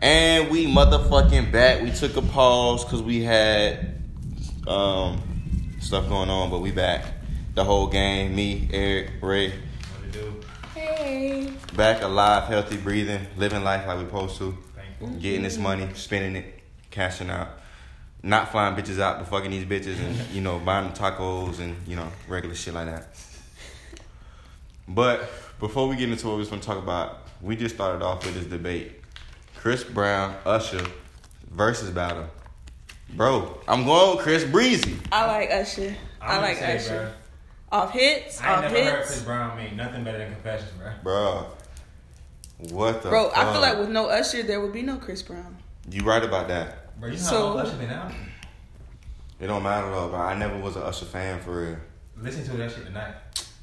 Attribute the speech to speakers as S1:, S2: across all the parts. S1: And we motherfucking back. We took a pause because we had um, stuff going on, but we back. The whole gang, me, Eric, Ray,
S2: What it do?
S3: Hey.
S1: back alive, healthy, breathing, living life like we supposed to,
S2: Thankful.
S1: getting this money, spending it, cashing out, not flying bitches out, but fucking these bitches and you know buying them tacos and you know regular shit like that. But before we get into what we was gonna talk about, we just started off with this debate: Chris Brown, Usher versus battle. Bro, I'm going with Chris Breezy.
S3: I like Usher. i
S2: I'm
S3: like
S2: gonna say,
S3: Usher. Off hits,
S2: Bro, I ain't
S3: off
S2: never heard Chris
S3: hits.
S2: Brown make nothing better than Confessions, bro.
S1: Bro, what the?
S3: Bro, I feel
S1: fuck?
S3: like with no Usher, there would be no Chris Brown.
S1: you right about that.
S2: Bro, you know
S3: So-
S2: how much Usher been out?
S1: It don't matter though, bro. I never was an Usher fan for real.
S2: Listen to that shit tonight.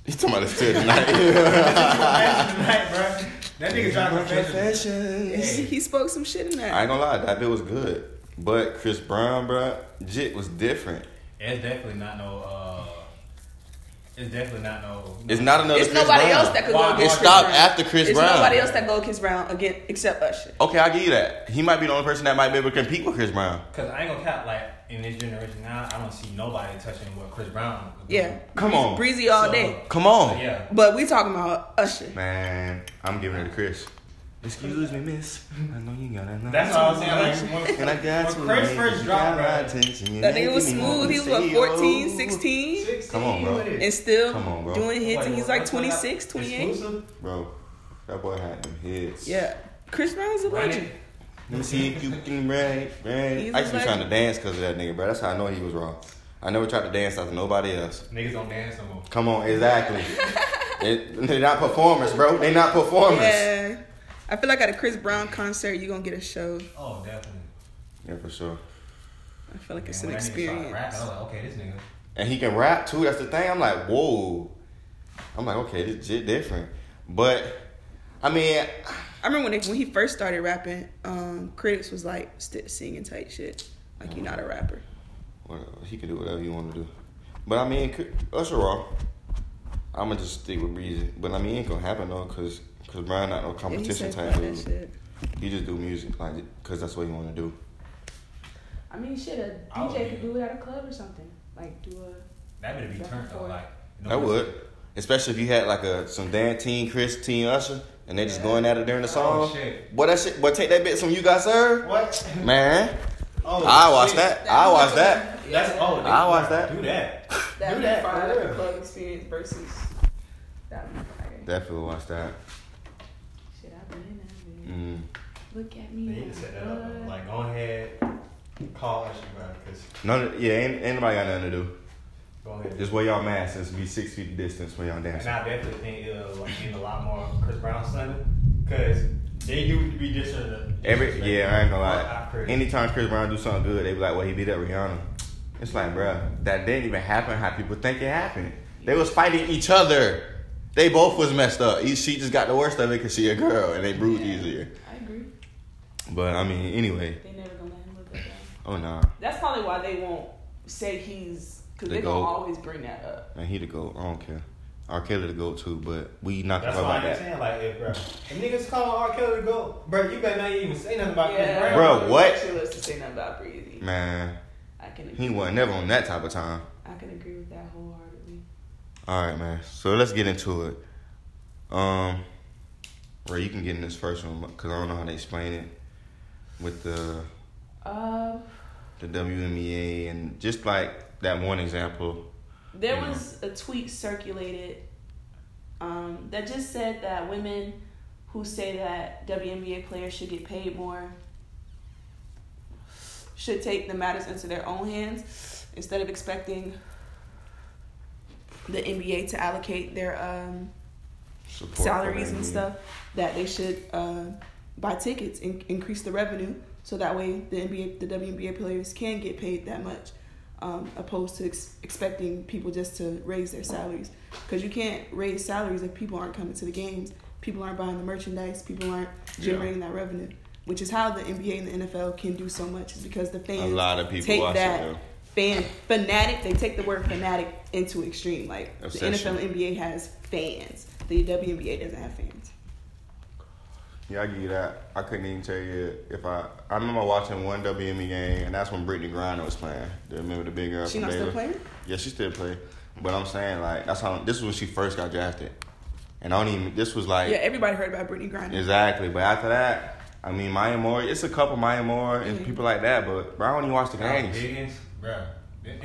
S1: You talking about this shit tonight?
S2: Confessions tonight, bro. That nigga dropped Confessions.
S1: Confessions.
S3: He spoke some shit in that.
S1: I ain't gonna lie, that bit was good. But Chris Brown, bro, jit was different.
S2: It's definitely not no. uh It's definitely not no.
S1: It's not another.
S3: It's
S1: Chris
S3: nobody
S1: Brown.
S3: else that could
S2: Why-
S3: go
S1: It
S3: against
S2: Chris
S1: stopped
S3: Brown.
S1: after Chris
S3: It's
S1: Brown.
S3: nobody else that go against Brown again except Usher.
S1: Okay, I give you that. He might be the only person that might be able to compete with Chris Brown.
S2: Cause I ain't gonna cap like in this generation now. I don't see nobody touching what Chris Brown. was doing.
S3: Yeah.
S1: Come
S3: Breezy-
S1: on.
S3: Breezy all
S2: So-
S3: day.
S1: Come on,
S2: Yeah.
S3: But we talking about Usher.
S1: man. I'm giving it to Chris. Excuse me, miss. I know you got another.
S2: That's all I'm saying. Like,
S1: And I got
S2: when
S1: you,
S2: Chris
S1: man.
S2: first
S1: You
S2: dropped,
S1: got my
S2: bro.
S1: attention. You
S3: That nigga was
S1: give me more
S3: smooth.
S1: to
S3: He was what,
S1: say,
S3: 14,
S1: oh.
S3: 16?
S2: 16
S1: Come on, bro.
S2: with it.
S3: And still
S1: Come on, bro.
S3: doing hits,
S2: Like,
S3: and he's like
S2: what's that?
S3: 26, 28.
S2: Exclusive?
S1: Bro, that boy had them hits.
S3: Yeah. Chris Brown's a legend.
S1: Let me see if you can ride,
S3: He's
S1: ride. I used to be
S3: a
S1: trying to dance because of that nigga, bro. That's how I know he was wrong. I never tried to dance after nobody else.
S2: Niggas don't dance no more.
S1: Come on, exactly. it, they're not performers, bro. They're not performers.
S3: Yeah. I feel like at a Chris Brown concert, you're going to get a show.
S2: Oh, definitely.
S1: Yeah, for sure.
S3: I feel like it's
S2: Man, when
S3: an
S2: that nigga started rapping,
S3: experience.
S2: I was like, okay, this nigga.
S1: And he can rap too. That's the thing. I'm like, whoa. I'm like, okay, this shit different. But I mean,
S3: I remember when, it, when he first started rapping, um, critics was like st- singing type shit. Like, you're not a rapper.
S1: whatever. he can do whatever you want to do. But I mean, c- Usher raw. I'm gonna just stick with Breezy. But I mean, it ain't gonna happen though, cause cause Brian not no
S3: Yeah, he
S1: competition
S3: said
S1: type
S3: fuck that
S1: dude.
S3: shit.
S1: He just do music, like, cause that's what he want to do.
S3: I mean, shit, a
S2: I would
S3: DJ
S2: be-
S3: could do it at a club or something. Like, do a.
S2: That better be turned though. Like, no
S1: That
S2: one-
S1: would, especially if you had like a some Dan Teen, Chris Teen, Usher, and they just
S2: Yeah.
S1: going at it during the
S2: Oh,
S1: song.
S2: shit.
S1: Boy, that shit. Boy, take that bit from you got served,
S2: What?
S1: man.
S2: Oh,
S1: I watch
S2: shit.
S1: that. I watch that.
S2: That's oh, they
S1: I watch
S2: fire.
S1: that.
S2: Do that.
S3: That'd
S2: Do
S3: be
S2: that,
S3: fire.
S2: for real.
S3: Club experience versus. That'd be fire.
S1: Definitely watch that.
S3: Shit, I've been in that. bitch.
S1: Mm.
S3: Look at
S2: They
S3: me.
S2: need to set that up.
S3: What?
S2: Like, go ahead, call Usher, bro. Cause
S1: None. Of, yeah, ain't, ain't nobody got nothing to do.
S2: go ahead.
S1: Just wear y'all masks and be six feet distance when y'all
S2: And
S1: dancing.
S2: I definitely think it'll like mean a lot more Chris Brown Sunday because they do be disrespectful.
S1: Every yeah, I ain't gonna
S2: Fuck,
S1: lie.
S2: I Chris.
S1: Anytime Chris Brown do something good, they be like, "Well, he beat up Rihanna." It's like, bruh, that didn't even happen. How people think it happened? They was fighting each other. They both was messed up. Each she just got the worst of it because she a girl and they bruised easier.
S3: I agree.
S1: But I mean, anyway,
S3: They never gonna let him look at that.
S1: oh nah,
S3: That's probably why they won't say he's because
S1: The
S3: they gonna
S1: GOAT.
S3: always bring that up.
S1: man, he the goat. I don't care. R. Kelly the goat too, but we not gonna
S2: That's
S1: talk
S2: why
S1: about
S2: I'm
S1: that.
S2: saying like, if bro, if niggas call R. Kelly to go, bro, you better not even say nothing about Chris Brown.
S1: Bro, what?
S3: She loves to say nothing about Breezy.
S1: Man,
S3: I can agree.
S1: he wasn't never on that type of time.
S3: I can agree with that wholeheartedly.
S1: All right, man. So let's get into it. Um, Ray, you can get in this first one because I don't know how they explain it with the
S3: Um,
S1: the WNBA and just like that one example.
S3: there
S1: Yeah.
S3: was a tweet circulated um, that just said that women who say that WNBA players should get paid more should take the matters into their own hands instead of expecting the NBA to allocate their um,
S1: Support for
S3: salaries
S1: the
S3: and
S1: NBA.
S3: stuff that they should uh, buy tickets and increase the revenue so that way the NBA, the WNBA players can get paid that much, um, opposed to ex- expecting people just to raise their salaries because you can't raise salaries if people aren't coming to the games, people aren't buying the merchandise, people aren't
S1: Yeah.
S3: generating that revenue, which is how the NBA and the NFL can do so much is because the
S1: A
S3: fans
S1: lot of people
S3: Take
S1: watch
S3: that.
S1: it. Though.
S3: fan fanatic. They take the word fanatic into extreme. Like
S1: Obsession.
S3: the NFL, NBA has fans. The WNBA doesn't have fans.
S1: Yeah, I give you that. I couldn't even tell you if I. I remember watching one WME game, and that's when Brittany Griner was playing. Do you remember the big girl
S3: She
S1: from
S3: not still
S1: Baylor?
S3: playing?
S1: Yeah, she still played. But I'm saying like that's how. This was when she first got drafted, and I don't even. This was like
S3: Yeah, everybody heard about Brittany Griner.
S1: exactly. But after that, I mean Maya Moore. It's a couple Maya Moore and
S3: Mhm.
S1: people like that. But bro, I don't even watch the games.
S2: Higgins, bruh.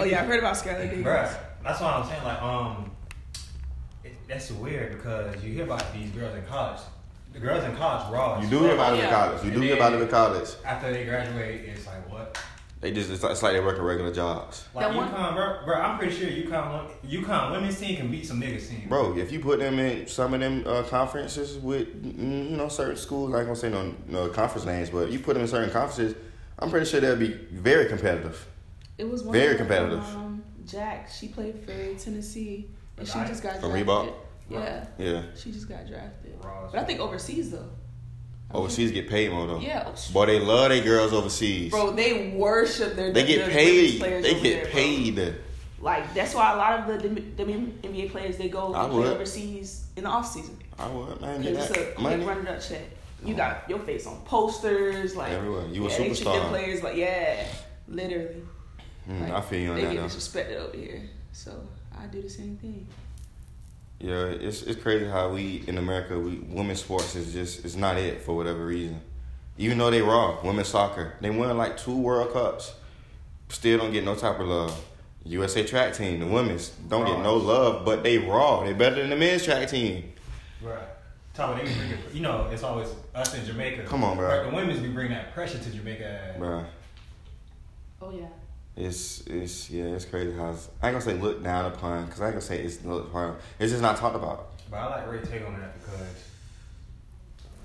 S3: Oh yeah, I've heard about Scarlett Diggins.
S2: Bruh, that's why I'm saying like um, it, that's weird because you hear about these girls in college. The girls in college raw. as
S1: You do hear
S2: fuck.
S1: about it in
S3: Yeah.
S1: college. You do
S2: And
S1: hear
S2: then-
S1: about it in college.
S2: after they graduate. It's like what?
S1: They just it's like, it's like they working regular jobs.
S2: Like
S3: That one-
S2: UConn, bro, bro. I'm pretty sure UConn, wo- UConn women's team can beat some niggas team.
S1: Bro, if you put them in some of them uh, conferences with mm, you know certain schools, I ain't gonna say no no conference names, but you put them in certain conferences, I'm pretty sure they'll be very competitive.
S3: It was one
S1: Very
S3: girl from,
S1: competitive.
S3: Um, Jack, she played for Tennessee, and she
S2: Right.
S3: just got
S1: From
S3: drafted.
S1: Reebok?
S3: Yeah,
S1: Yeah,
S3: she just got drafted.
S2: Raw as
S3: But I
S2: fuck.
S3: think overseas though. I don't
S1: overseas get paid more though.
S3: think- Yeah. overseas.
S1: Boy, they love their girls overseas.
S3: Bro, they worship their
S1: they get
S3: their
S1: paid.
S3: women's players
S1: They
S3: over
S1: get
S3: there, bro.
S1: paid.
S3: Like that's why a lot of the WNBA players they go
S1: I
S3: and play
S1: would.
S3: overseas in the off season
S1: I would man get
S3: because it's a
S1: that
S3: quick
S1: money
S3: run it up check. You got your face on posters, like
S1: everywhere. You a
S3: yeah, they treat their
S1: superstar.
S3: players like yeah, literally.
S1: Mm,
S3: Like,
S1: I feel you on
S3: they get
S1: that though.
S3: disrespected over here, so I do the same thing.
S1: Yeah, it's it's crazy how we in America we women's sports is just it's not it for whatever reason. Even though they raw, women's soccer. They won like two World Cups. Still don't get no type of love. USA track team, the women's don't get no love, but they raw. They better than the men's track team.
S2: Bruh. Talking about they be bringing, you know, it's always us in Jamaica.
S1: Come on, bruh.
S2: Like, The women's be bringing that pressure to Jamaica.
S1: Bruh.
S3: Oh yeah.
S1: It's it's yeah, it's crazy how it's, I ain't gonna say look down upon, cause I ain't gonna say it's looked upon. It's just not talked about.
S2: But I like Ray take on that because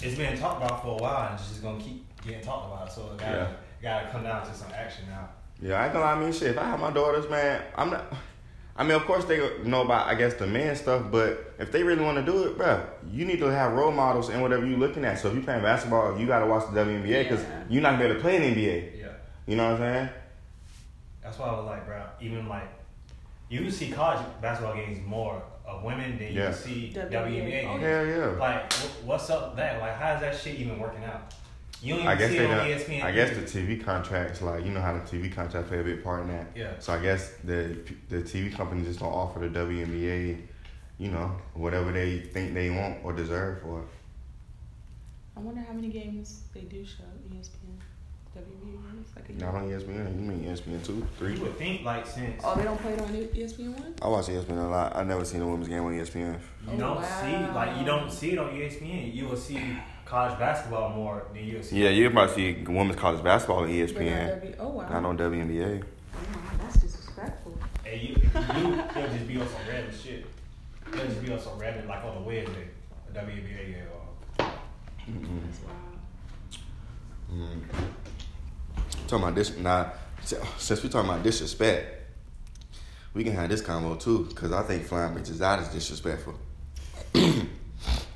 S2: it's been talked about for a while and it's just gonna keep getting talked about. So it gotta,
S1: Yeah.
S2: gotta come down to some action now.
S1: Yeah, I ain't gonna lie, I mean, shit. If I have my daughters, man, I'm not. I mean, of course they gonna know about, I guess, the man stuff, but if they really want to do it, bruh, you need to have role models in whatever you're looking at. So if you're playing basketball, you gotta watch the WNBA because
S3: Yeah.
S1: you're not gonna be able to play in the NBA.
S2: Yeah.
S1: You know what I'm saying?
S2: That's why I was like, bro, even like you see college basketball games more of women than
S1: Yeah.
S2: you see WNBA,
S3: WNBA.
S2: games.
S1: Oh, Hell yeah.
S2: Like, wh- what's up with that? Like, how is that shit even working out? You don't even
S1: I guess
S2: see
S1: they
S2: it on E
S1: done,
S2: ESPN.
S1: I guess the TV contracts, like you know how the TV contracts play a big part in that.
S2: Yeah.
S1: So I guess the the TV company just don't offer the WNBA, you know, whatever they think they want or deserve for.
S3: I wonder how many games they do show E ESPN, WNBA games like a
S1: Not on E ESPN. You mean ESPN two, three?
S2: you would think like since
S3: Oh, they don't play it on ESPN one.
S1: I watch E ESPN a lot. I've never seen a women's game on E ESPN.
S2: You
S3: Oh,
S2: don't
S3: wow.
S2: see like you don't see it on E ESPN. You will see college basketball more than you'll see.
S1: Yeah, you probably see women's college basketball on E ESPN.
S3: W- oh wow.
S1: Not on WNBA.
S3: Wow, Mm-hmm. that's disrespectful.
S2: And you, you will just be on some random shit. You'll just be on some random like on a Wednesday, a WNBA game. Or,
S1: Mm-hmm.
S3: That's wild.
S1: Talking about this, nah. si- Since we talking about disrespect, we can have this combo too. Cause I think flying bitches out is disrespectful. and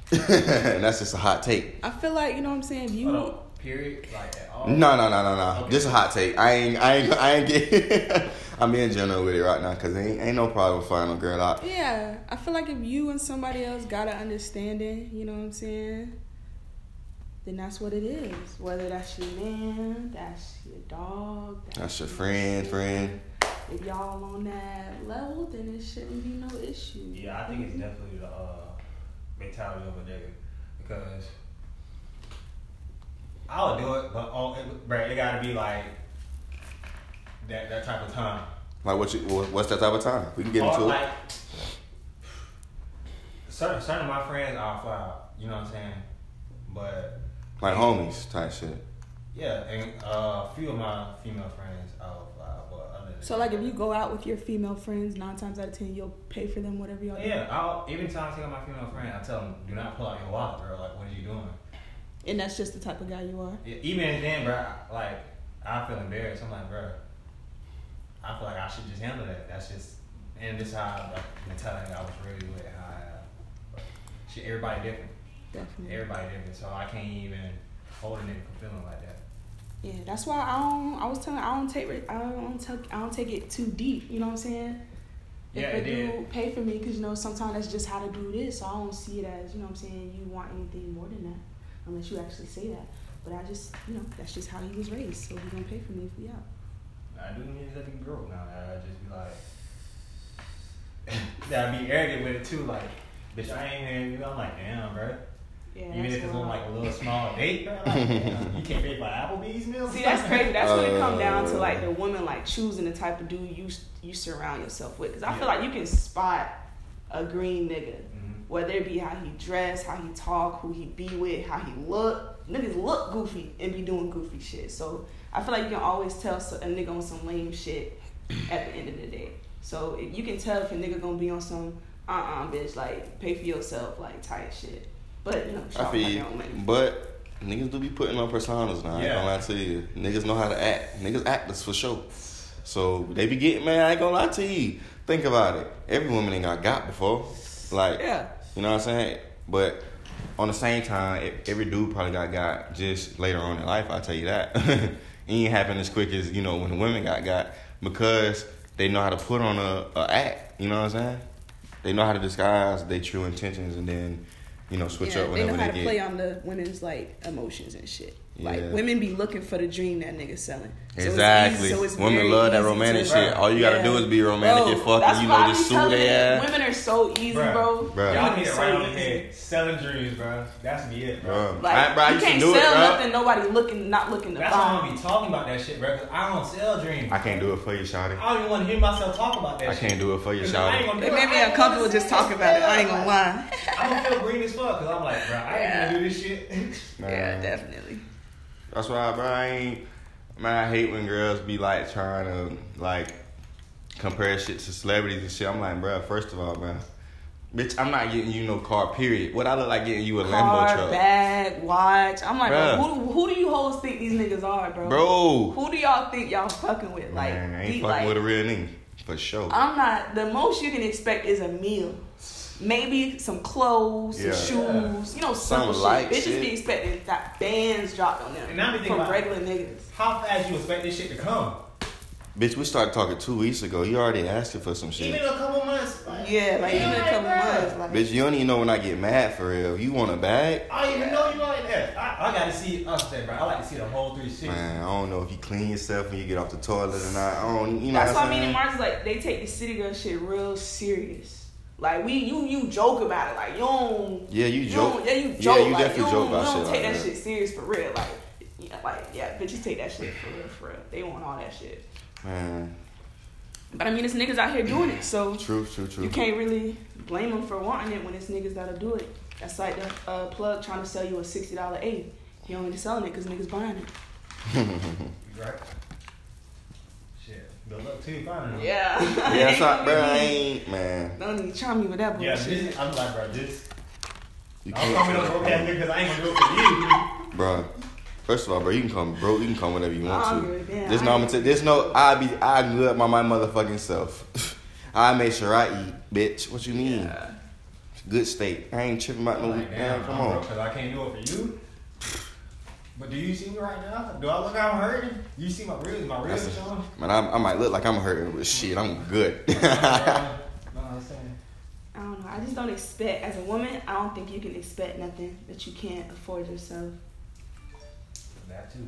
S1: that's just a hot take.
S3: I feel like you know what I'm saying. If you
S2: Hold on, period. Like at all.
S1: No, no, no, no, no. Just a hot take. I ain't, I ain't, I ain't get. I'm in general with it right now. Cause ain't, ain't no problem flying a girl out.
S3: Yeah, I feel like if you and somebody else got an understanding, you know what I'm saying? Then that's what it is. Whether that's your man, that's your dog,
S1: That's your friend, friend.
S3: If y'all on that level, then it shouldn't be no issue.
S2: Yeah, I think it's definitely the uh, mentality of a nigga because I would do it, but all, it, bruh, it gotta be like that that type of time.
S1: Like what? You, wha- what's that type of time? We can get
S2: Or
S1: into it.
S2: like, certain certain of my friends are fly out, you know what I'm saying? But
S1: Like homies type shit.
S2: yeah, and uh, a few of my female friends I'll fly out, but other than
S3: So like, if you go out with your female friends, nine times out of ten, you'll pay for them whatever y'all
S2: yeah, I'll even time I take out my female friend, I tell them, do not pull out your wallet, bro. Like, what are you doing?
S3: do. And that's just the type of guy you are.
S2: Yeah, even then, bro, I- like I feel embarrassed. I'm like, bro, I feel like I should just handle that. That's just, and this how like, mentality I was really with. How I, uh, shit, everybody different.
S3: Definitely.
S2: Everybody different. So I can't even hold a nigga from feeling like that.
S3: Yeah, that's why I don't. I was telling. I don't take. it- I don't take. I don't take it too deep. You know what I'm saying?
S2: Yeah,
S3: if
S2: it
S3: a
S2: did.
S3: dude pay for me, cause you know sometimes that's just how to do this. So I don't see it as you know what I'm saying. You want anything more than that?
S4: unless you actually say that. But I just, you know, that's just how he was raised. So he gonna pay for me if we out.
S2: I do need to be broke now. I just be like, that I be arrogant with it too. Like, bitch, I ain't hearing you. I'm like, damn, bro.
S4: Yeah,
S2: Even
S4: that's
S2: if it's
S4: wild.
S2: on like a little small date, bro. Like, damn, you can't pay for Applebee's meals.
S4: See, that's crazy. That's when it come down to
S1: Uh.
S4: like the woman like choosing the type of dude you you surround yourself with. Because I
S2: Yeah.
S4: feel like you can spot a green nigga,
S2: Mhm.
S4: whether it be how he dress, how he talk, who he be with, how he look. Niggas look goofy and be doing goofy shit. So I feel like you can always tell so- a nigga on some lame shit at the end of the day. So if you can tell if a nigga gonna be on some uh uh bitch like pay for yourself like type shit. But you know,
S1: I
S4: y'all
S1: feel
S4: got
S1: you.
S4: your own money.
S1: But niggas do be putting on personas now. I ain't
S2: Yeah.
S1: gonna lie to you. Niggas know how to act. Niggas actors for sure. So they be getting man, I ain't gonna lie to you. Think about it. Every woman ain't got got before. Like
S4: Yeah.
S1: you know what I'm saying? But on the same time, e- every dude probably got got just later on in life, I'll tell you that. it ain't happened as quick as, you know, when the women got got because they know how to put on a, a act, you know what I'm saying? They know how to disguise their true intentions and then, you know, switch
S4: Yeah,
S1: up
S4: they
S1: whenever
S4: know
S1: they,
S4: how to
S1: get.
S4: play on the women's like emotions and shit.
S1: Yeah.
S4: Like women be looking for the dream that nigga's selling. So it's
S1: Exactly.
S4: easy- so it's
S1: Women
S4: very
S1: love that
S4: easy
S1: romantic
S4: to-
S1: shit. All you gotta
S4: Yeah.
S1: do is be romantic
S4: Bro,
S1: and fucking,
S4: that's
S1: you
S4: why
S1: know,
S4: I
S1: just
S4: be
S1: sue
S4: telling
S1: their
S4: you,
S1: ass.
S4: Women are so easy,
S2: Bruh.
S4: bro.
S1: Bruh.
S2: Y'all
S4: Women
S2: hit
S4: are
S2: it
S4: so
S2: right on the
S4: easy.
S2: head. Selling dreams, bro. That's be it, bro.
S1: Bruh.
S4: Like
S1: I- bruh, I
S4: you
S1: used to
S4: can't
S1: do it,
S4: sell
S1: bruh.
S4: nothing. Nobody looking, not looking to
S2: That's why I don't
S4: buy.
S2: be talking about that shit, bro. Cause I don't sell dreams.
S1: I can't do it for you, Shawty.
S2: I don't even want to hear myself talk about that
S1: I
S2: shit.
S1: can't do it for you,
S2: Cause I ain't
S1: Shawty.
S2: gonna do
S4: It made
S2: I
S4: me
S2: ain't
S4: uncomfortable
S2: gonna
S4: just
S2: say this
S4: talking about it.
S2: shit.
S4: I ain't gonna lie.
S2: I'm gonna feel green as fuck because I'm like, bro, I ain't gonna do this shit.
S1: Nah.
S4: Yeah, definitely.
S1: That's why, bro. I ain't. Man, I hate when girls be like trying to like compare shit to celebrities and shit. I'm like, bro. First of all, man, bitch, I'm not getting you no car. Period. What I look like getting you a Lambo
S4: Car,
S1: truck,
S4: bag, watch. I'm like,
S1: Bruh.
S4: bro, who, who do you hoes think these niggas are, bro?
S1: bro.
S4: Who do y'all think y'all fucking with? Like,
S1: man, I ain't
S4: be
S1: fucking
S4: like,
S1: with a real nigga for sure.
S4: I'm not. The most you can expect is a meal, maybe some clothes,
S1: Yeah.
S4: some shoes. You know,
S1: Some
S4: some
S1: light
S4: shit. Bitches
S1: shit.
S4: be expecting that bands dropped on them
S2: And now we think
S4: from
S2: about-
S4: regular niggas.
S2: How fast you expect this shit to come?
S1: bitch, we started talking two weeks ago. You already asking for some shit.
S2: Even a couple months. Like,
S4: Yeah, like
S2: you
S4: even a
S2: like
S4: couple
S2: that.
S4: months. Like,
S1: bitch, you don't even know when I get mad for real. You want a bag?
S2: I don't even know you like that. I, I gotta see us there, bro. I like to see the whole three six.
S1: Man, I don't know if you clean yourself when you get off the toilet or not. I don't. You know
S4: that's
S1: what
S4: why
S1: I'm
S4: me and
S1: saying?
S4: Mark's like they take the city girl shit real serious. Like we, you, you joke about it. Like you don't.
S1: Yeah, you joke.
S4: don't- yeah, you
S1: Yeah,
S4: joke.
S1: you
S4: like,
S1: definitely joke
S4: you don't,
S1: about
S4: you
S1: shit
S4: don't take
S1: like
S4: that
S1: that.
S4: shit serious for real. Like, yeah, like yeah, bitches take that shit for real, for real. They want all that shit.
S1: Man,
S4: But I mean, it's niggas out here doing it, so
S1: true, true, true.
S4: you can't really blame them for wanting it when it's niggas that'll do it. That's like the uh, plug trying to sell you a sixty dollar eight. He only selling it because niggas buying it.
S2: Right. Shit. Good luck too, finding them.
S4: Yeah.
S1: Yeah, that's not, bro. I ain't, man.
S4: Don't even try me with that
S2: Yeah,
S4: bullshit.
S2: this, I'm like, bro, this.
S1: You
S2: I'm coming up
S1: can't,
S2: broke ass because I ain't gonna do it for you.
S1: bro. First of all, bro, you can come, bro. You can come whenever you
S4: I
S1: want
S4: don't
S1: to.
S4: give a damn.
S1: There's no, I'm there's no. I be, I good up my my motherfucking self. I make sure I eat, bitch. What you mean?
S4: Yeah.
S1: Good steak. I ain't tripping about no.
S2: I'm like,
S1: man,
S2: damn,
S1: come
S2: I'm broke
S1: on.
S2: because I can't do it for you. But do you see me right now? Do I look like I'm hurting? You see my ribs? My ribs
S1: That's a-
S2: showing?
S1: Man, I, I might look like I'm hurting, but shit, I'm good.
S2: Uh, no, I'm saying.
S4: I don't know. I just don't expect as a woman. I don't think you can expect nothing that you can't afford yourself.
S2: That too.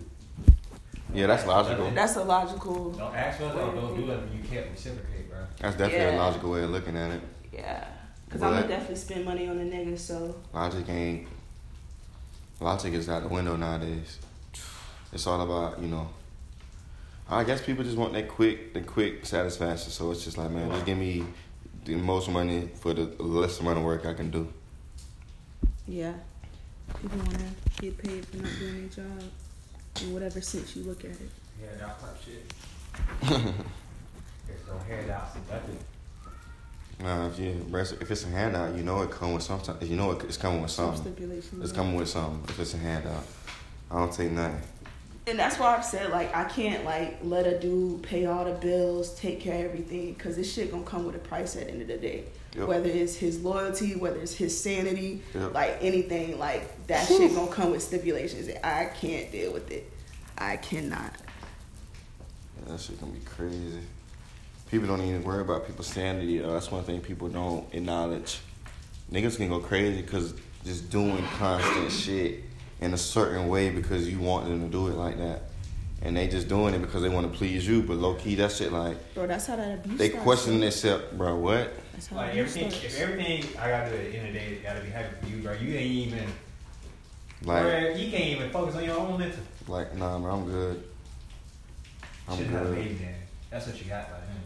S1: yeah, that's logical.
S4: That's a logical.
S2: Don't ask for nothing. Don't do nothing. You can't reciprocate, bro.
S1: That's definitely a
S4: Yeah.
S1: logical way of looking at it.
S4: Yeah. Cause I'm
S1: But-
S4: gonna definitely spend money on a nigga, so
S1: Logic ain't. Logic is out the window nowadays. It's all about you know. I guess people just want that quick, the quick satisfaction. So it's just like, man, just give me the most money for the less amount of work I can do.
S4: yeah. People wanna get paid for not doing their job in whatever sense you look at it.
S2: Yeah, that type shit. There's no handouts and nothing.
S1: Nah, if you if it's a handout, you know it come with something. You know it, it's coming with
S4: Some
S1: something.
S4: stipulations.
S1: It's coming with something. If it's a handout, I don't take nothing.
S4: And that's why I've said like I can't like let a dude pay all the bills, take care of everything, cause this shit gonna come with a price at the end of the day.
S1: Yep.
S4: Whether it's his loyalty, whether it's his sanity,
S1: Yep.
S4: like anything, like that shit gonna come with stipulations. And I can't deal with it. I cannot.
S1: Yeah, that shit gonna be crazy. People don't even worry about people's sanity. though. That's one thing people don't acknowledge. Niggas can go crazy because just doing constant shit in a certain way because you want them to do it like that. And they just doing it because they want to please you, but low key that shit like
S4: Bro, that's how that abuse
S1: they
S4: starts.
S1: question themselves, bro. What?
S4: That's how
S2: Like
S4: abuse
S2: everything,
S4: starts.
S2: if everything I gotta do at the end of the day it gotta be happy for you, bro. You ain't even,
S1: Like,
S2: bro, you can't even focus on your own mental.
S1: like nah, bro. I'm good. I'm
S2: Should have
S1: good.
S2: baby daddy. That's what you got by him.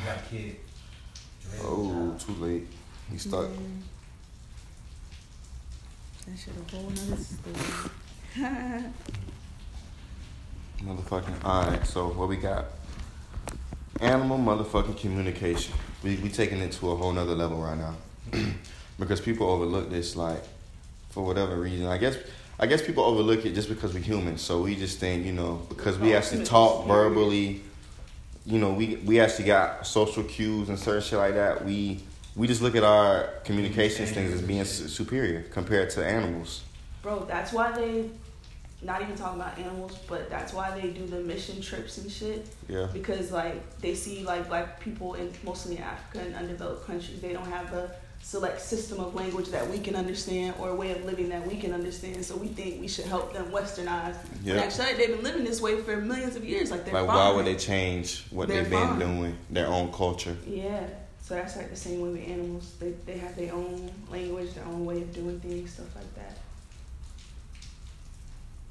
S2: You got a kid. You
S1: Oh, too late. He stuck.
S4: Man. That shit a whole nother story.
S1: Motherfucking. Alright, so what we got? Animal motherfucking communication. We we taking it to a whole nother level right now. because people overlook this like for whatever reason. I guess I guess people overlook it just because we're human. So we just think, you know, because we actually talk verbally, you know, we we actually got social cues and certain shit like that. We we just look at our communications things as being su- superior compared to animals.
S4: Bro, that's why they, not even talking about animals, but that's why they do the mission trips and shit.
S1: Yeah.
S4: Because like they see like black people in mostly in Africa and underdeveloped countries, they don't have the select system of language that we can understand or a way of living that we can understand. So we think we should help them westernize. When
S1: Yeah.
S4: actually, they've been living this way for millions of years. Like they're
S1: Like why
S4: following
S1: would
S4: it.
S1: they change what
S4: They're
S1: they've been
S4: fine.
S1: doing, their own culture?
S4: Yeah. So that's like the same way with animals. They they have their own language, their own way of doing things, stuff like that.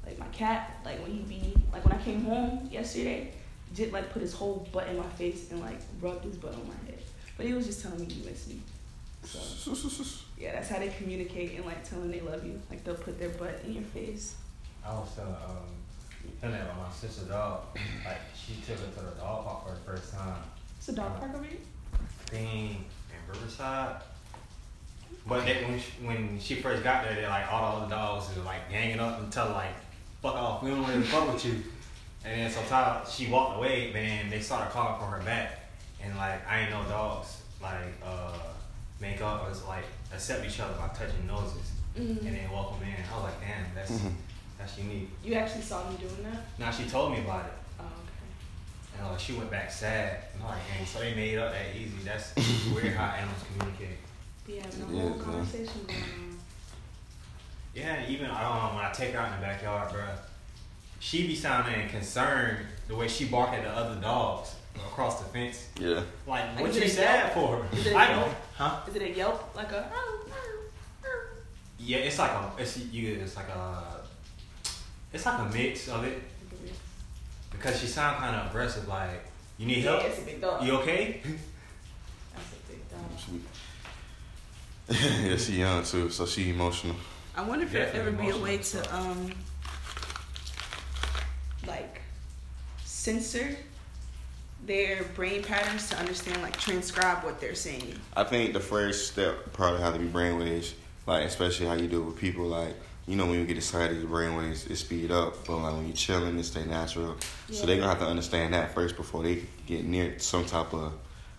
S4: Like my cat, like when he be like when I came home yesterday, did like put his whole butt in my face and like rubbed his butt on my head. But he was just telling me you miss me. So yeah, that's how they communicate and like telling they love you. Like they'll put their butt in your face.
S2: I was telling um telling that about my sister dog. Like she took her to the dog park for the first time.
S4: It's a dog park over here.
S2: Thing in Riverside. But they, when she, when she first got there, they like all the other dogs were like ganging up and tell her like, "Fuck off, we don't really fuck with you." And then sometimes she walked away, man. They started calling for her back, and like I ain't know dogs like uh make up or like accept each other by touching noses and then welcome in. I was like, "Damn, that's that's unique."
S4: You actually saw me doing that.
S2: Now she told me about it.
S4: Oh, okay.
S2: And like she went back sad. And I'm like, dang, so they made up that easy. That's weird how animals communicate.
S4: Yeah,
S1: no
S4: no
S1: whole Yeah,
S4: whole
S1: bro.
S4: conversation
S1: conversation
S4: going on.
S2: Yeah, even I don't know, when I take her out in the backyard, bruh, she be sounding concerned the way she bark at the other dogs across the fence.
S1: Yeah.
S2: Like,
S4: Like,
S2: what
S4: is
S2: you
S4: it-
S2: sad for?
S4: is it-
S2: I don't. Huh?
S4: Is it a yelp? Like a oh,
S2: Yeah, it's like a, it's you, it's like a, it's like a mix of it because she sound kind of aggressive. Like, you need
S4: Yeah,
S2: help?
S4: it's a big dog.
S2: You okay?
S4: That's a big dog.
S1: yeah, she young too, so she emotional.
S4: I wonder if there'd ever
S2: Definitely
S4: be a way
S2: emotional.
S4: to um like censor their brain patterns to understand like transcribe what they're saying.
S1: I think the first step probably had to be brainwaves, like especially how you do it with people. Like you know, when you get excited, your brainwaves it speed up, but like when you chilling, it stay natural. So they
S4: Yeah.
S1: gonna have to understand that first before they get near some type of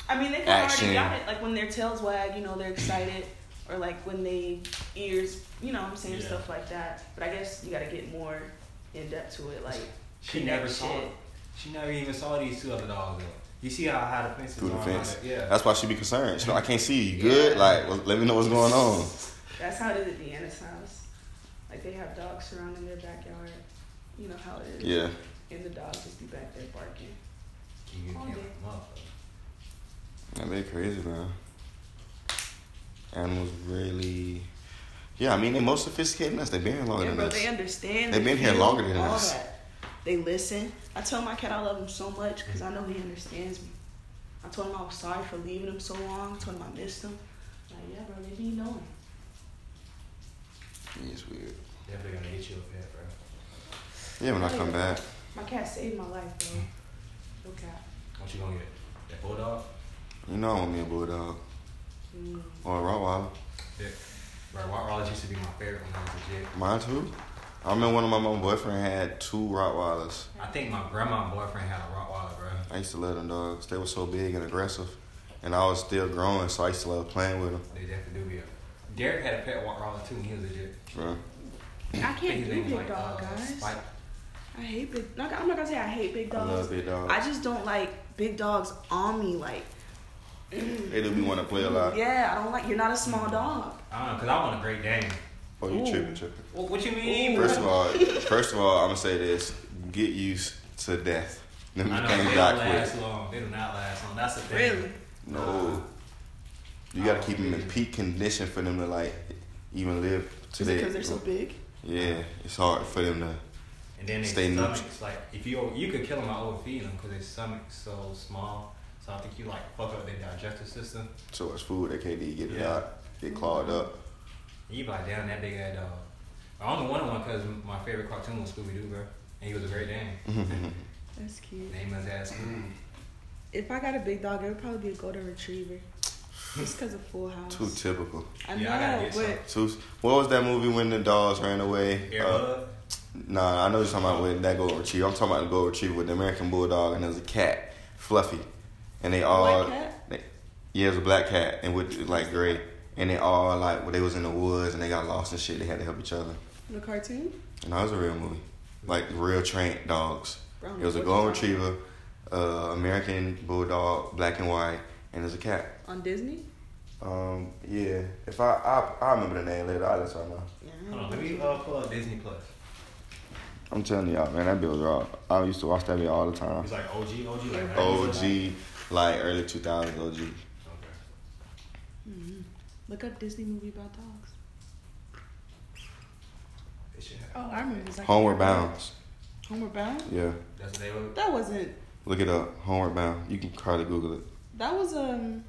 S4: I mean, they kind
S1: Action.
S4: already got it. Like when their tails wag, you know, they're excited, or like when they ears, you know, what I'm saying
S2: Yeah.
S4: stuff like that. But I guess you got to get more in depth to it. Like
S2: She never
S4: connect
S2: saw.
S4: shit.
S2: She never even saw these two other dogs. Though. You see how high the fences
S1: through the
S2: are?
S1: fence.
S2: Like, yeah.
S1: That's why she be concerned. She know, I can't see you. You good?
S4: Yeah.
S1: Like well, let me know what's going on.
S4: That's how it is at Deanna's house. Like they have dogs surrounding their backyard. You know how it is.
S1: Yeah.
S4: And the dogs just be back there barking.
S2: You
S4: Oh,
S2: can't
S4: yeah.
S2: come up.
S1: That'd be crazy, man. Animals really. Yeah, I mean they're more sophisticated than us. They've been here longer
S4: Yeah,
S1: than
S4: bro,
S1: us.
S4: they understand.
S1: They've been here
S4: feel
S1: longer than
S4: all
S1: us.
S4: that. They listen. I tell my cat I love him so much because I know he understands me. I told him I was sorry for leaving him so long. I told him I missed him. Like, yeah, bro, they be knowing.
S1: Yeah, it's weird.
S2: Definitely gonna hit you up there, bro.
S1: Yeah, when I come back.
S4: My cat saved my life, bro. No cat.
S2: What you gonna get? That bulldog?
S1: You know I want me a bulldog
S4: Mm.
S1: or a Rottweiler.
S2: Yeah. Bro, White Rollers used to be my favorite when I was a kid.
S1: Mine too. I remember one of my mom boyfriend had two Rottweilers.
S2: I think my grandma and boyfriend had a Rottweiler, bro.
S1: I used to love them dogs. They were so big and aggressive, and I was still growing, so I used to love playing with them.
S2: They definitely do be a. Derek had a pet White Roller too when he was a kid.
S1: Bro.
S4: I
S2: I think
S4: can't
S2: his
S4: do
S2: name was
S4: big
S2: like,
S4: dog,
S2: uh,
S4: guys.
S2: Spike.
S4: I hate big. Like, I'm not gonna say I hate big
S1: I
S4: dogs.
S1: love big dogs.
S4: I just don't like big dogs on me. Like,
S1: They do be want to play a lot. Uh.
S4: yeah, I don't like. You're not a small dog.
S2: I don't know, cause I want a Great Dane.
S1: Oh, you
S2: Ooh.
S1: tripping, tripping.
S2: What, what you mean?
S1: First of all, first of all, I'm gonna say this: get used to death. Them
S2: I know, they
S1: things
S2: don't
S1: die
S2: last
S1: quick.
S2: long. They do not last long. That's the thing.
S3: Really?
S1: No, you gotta keep them in peak condition for them to like even live
S3: Is it
S1: today.
S3: because they're so big?
S1: yeah, it's hard for them to.
S2: And then their
S1: Stay neutral.
S2: stomachs, like if you you could kill them by overfeeding them because their stomach's so small. So I think you like fuck up their digestive system.
S1: So much food they can't even get it
S2: Yeah.
S1: out.
S3: Mm-hmm.
S1: Get clogged up.
S2: And you be like, damn, that big ass dog. I only wanted one because my favorite cartoon was Scooby Doo, bro. And he was a great Dane.
S1: Mm-hmm.
S3: That's cute.
S2: Name his ass Scooby.
S3: If I got a big dog, it would probably be a golden retriever. Just because of Full House.
S1: Too typical.
S3: I know,
S2: Yeah, I gotta get
S3: but
S1: Too. What was that movie when the dogs ran away?
S2: Air
S1: Uh,
S2: Bud.
S1: Nah, I know you're talking about with that golden retriever. I'm talking about the golden retriever with the American bulldog, and there's a cat, Fluffy, and they all
S3: Black cat?
S1: They, yeah, it was a black cat, and with like gray, and they all like well, they was in the woods and they got lost and shit. They had to help each other.
S3: the cartoon.
S1: And that was a real movie, like real trained dogs.
S3: Bro,
S1: It was a
S3: Oh, what
S1: golden
S3: you talking
S1: retriever, uh, American bulldog, black and white, and there's a cat.
S3: about? On Disney?
S1: Um, yeah. If I I, I remember the name later, I'll let y'all know.
S3: Yeah.
S2: Hold on, let me uh, pull up Disney Plus.
S1: I'm telling y'all, man, that bill was raw. I used to watch that video all the time.
S2: He's like OG, OG, like 90s, like-
S1: OG, like early 2000s OG.
S2: Okay.
S3: Mhm. Look up Disney movie about dogs.
S2: It should have.
S3: Oh, I remember. it was Like
S1: Homeward Bounds.
S3: Homeward Bound?
S1: Yeah,
S2: That's what they were.
S3: That wasn't.
S1: look it up. Homeward Bound. You can probably Google it.
S3: That was um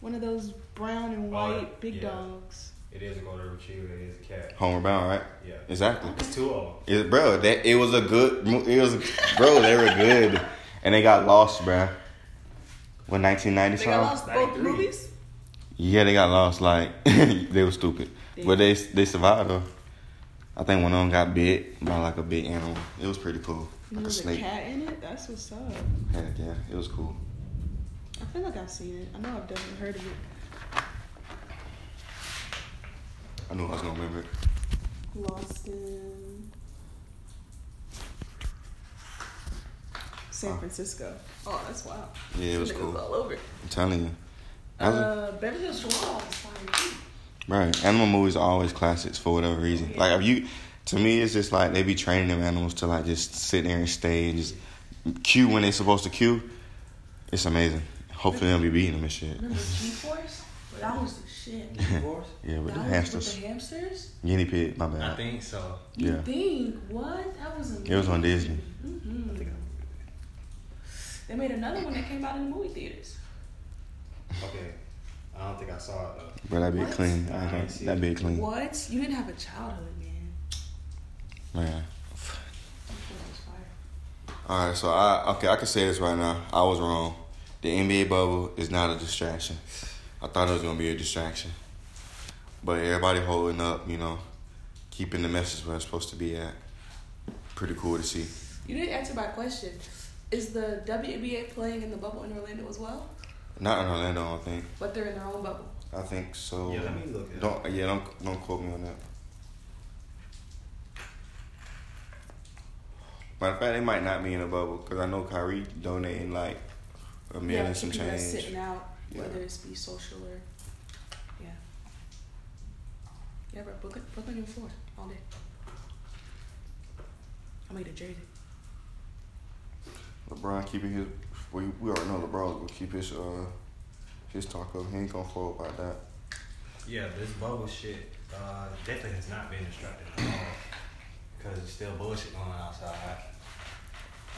S3: one of those brown and white
S2: Oh,
S3: big
S2: yeah.
S3: dogs.
S2: It is a golden retriever. It is a cat.
S1: Homeward Bound, right?
S2: Yeah.
S1: Exactly.
S2: It's two of
S1: It, bro, that it was a good. mo- It was, bro, they were good, and they got lost, bro. What 1990
S3: They got
S1: song?
S3: lost both
S2: 93.
S3: movies.
S1: Yeah, they got lost. Like they were stupid, but they they survived though. I think one of them got bit by like a big animal. It was pretty cool,
S3: And there
S1: like a
S3: was a
S1: snake.
S3: cat in it. That's what's up.
S1: Heck yeah, it was cool.
S3: I feel like I've seen it. I know I've definitely heard of it.
S1: I knew I was gonna remember it.
S3: Lost in San
S1: Huh.
S3: Francisco. Oh, that's wild.
S1: Yeah, it was
S3: Niggas
S1: cool.
S3: all over.
S1: I'm telling you. That was a-
S3: Uh, Beverly Hills Chihuahua was fine too.
S1: Right. Animal movies are always classics for whatever reason.
S3: Yeah.
S1: Like if you to me it's just like they be training them animals to like just sit there and stay and just cue when they supposed to cue. It's amazing. Hopefully they'll be beating them and shit.
S3: Remember G Force? That was the shit.
S2: them. Divorce?
S1: Yeah, with the
S3: That was with
S1: hamsters.
S3: the hamsters?
S1: Guinea pig, my
S2: I
S1: bad.
S2: think so.
S3: You
S1: Yeah.
S3: think what? That was amazing.
S1: It was on Disney.
S3: Mm-hmm. They made another one that came out in the movie theaters.
S2: Okay. I don't think I saw it though.
S1: But that bit
S3: What?
S1: clean. I
S2: I
S1: don't-
S2: see.
S1: That bit clean.
S3: What? You didn't have a childhood, man.
S1: Man.
S3: That was fire.
S1: All right, so I okay, I can say this right now. I was wrong. The NBA bubble is not a distraction. I thought it was gonna be a distraction, but everybody holding up, you know, keeping the message where it's supposed to be at. Pretty cool to see.
S3: You didn't answer my question. Is the WNBA playing in the bubble in Orlando as well?
S1: Not in Orlando, I don't think.
S3: But they're in their own bubble.
S1: I think so.
S2: Yeah, let me look it up.
S1: Oh. Don't yeah, don't don't quote me on that. Matter of fact, they might not be in a bubble because I know Kyrie donating like a million and some
S3: people that's
S1: change.
S3: sitting out,
S1: Yeah.
S3: whether it's be social or yeah. Yeah, bro, book it, book on your floor all day. I made a jersey.
S1: LeBron keeping his. We we already know LeBron's gonna keep his uh his talk up. He ain't gonna flow about that.
S2: Yeah, this bubble shit uh, definitely has not been instructed at all because there's still bullshit going on outside.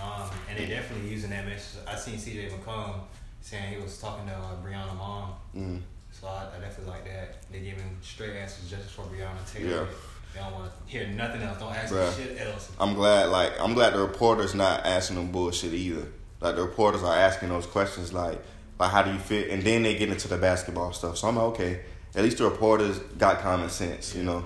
S2: Um, and they definitely using that message. I seen CJ McCollum saying he was talking to uh, Brianna mom,
S1: Mm.
S2: so I, I definitely like that. They giving straight answers just for Brianna Taylor.
S1: Yeah.
S2: They don't want to hear nothing else. Don't ask
S1: Bruh.
S2: me shit else.
S1: I'm glad like I'm glad the reporters not asking them bullshit either. Like the reporters are asking those questions like like how do you fit, and then they get into the basketball stuff. So I'm like, okay. At least the reporters got common sense, you know.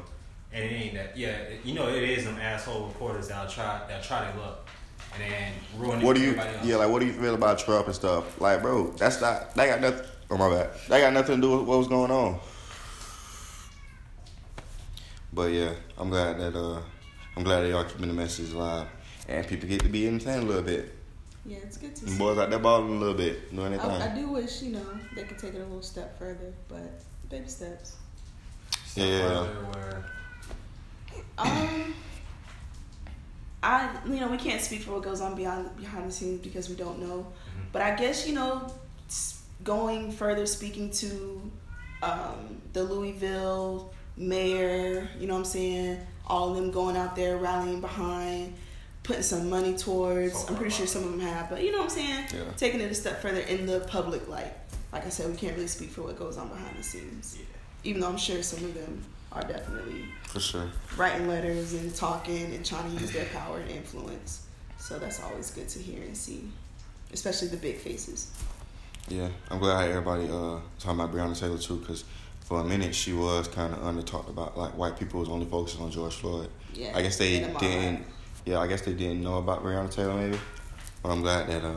S2: And it ain't that. Yeah, you know it is them asshole reporters that'll try that'll try their luck and then ruin it
S1: What do
S2: for
S1: you
S2: everybody else.
S1: yeah like? What do you feel about Trump and stuff? Like, bro, that's not that got nothing. Oh my bad, that got nothing to do with what was going on. But yeah, I'm glad that uh, I'm glad they are keeping the message alive, and people get to be entertained a little bit.
S3: Yeah, it's good to
S1: And
S3: see.
S1: boys out there balling a little bit, doing their thing.
S3: I, I do wish you know they could take it a little step further, but baby steps.
S1: Yeah.
S2: Where
S3: Um, I you know we can't speak for what goes on beyond behind the scenes because we don't know, but I guess you know s- going further speaking to um, the Louisville mayor, you know what I'm saying, all of them going out there rallying behind, putting some money towards. I'm pretty sure some of them have, but you know what I'm saying,
S1: Yeah.
S3: taking it a step further in the public light. Like I said, we can't really speak for what goes on behind the scenes, even though I'm sure some of them are definitely
S1: For sure.
S3: writing letters and talking and trying to use their power and influence. So that's always good to hear and see, especially the big faces.
S1: Yeah, I'm glad how everybody uh talking about Breonna Taylor too, because for a minute she was kind of under talked about. Like white people was only focusing on George Floyd.
S3: Yeah,
S1: I guess they
S3: and Ahmaud.
S1: didn't. Yeah, I guess they didn't know about Breonna Taylor maybe, but I'm glad that uh,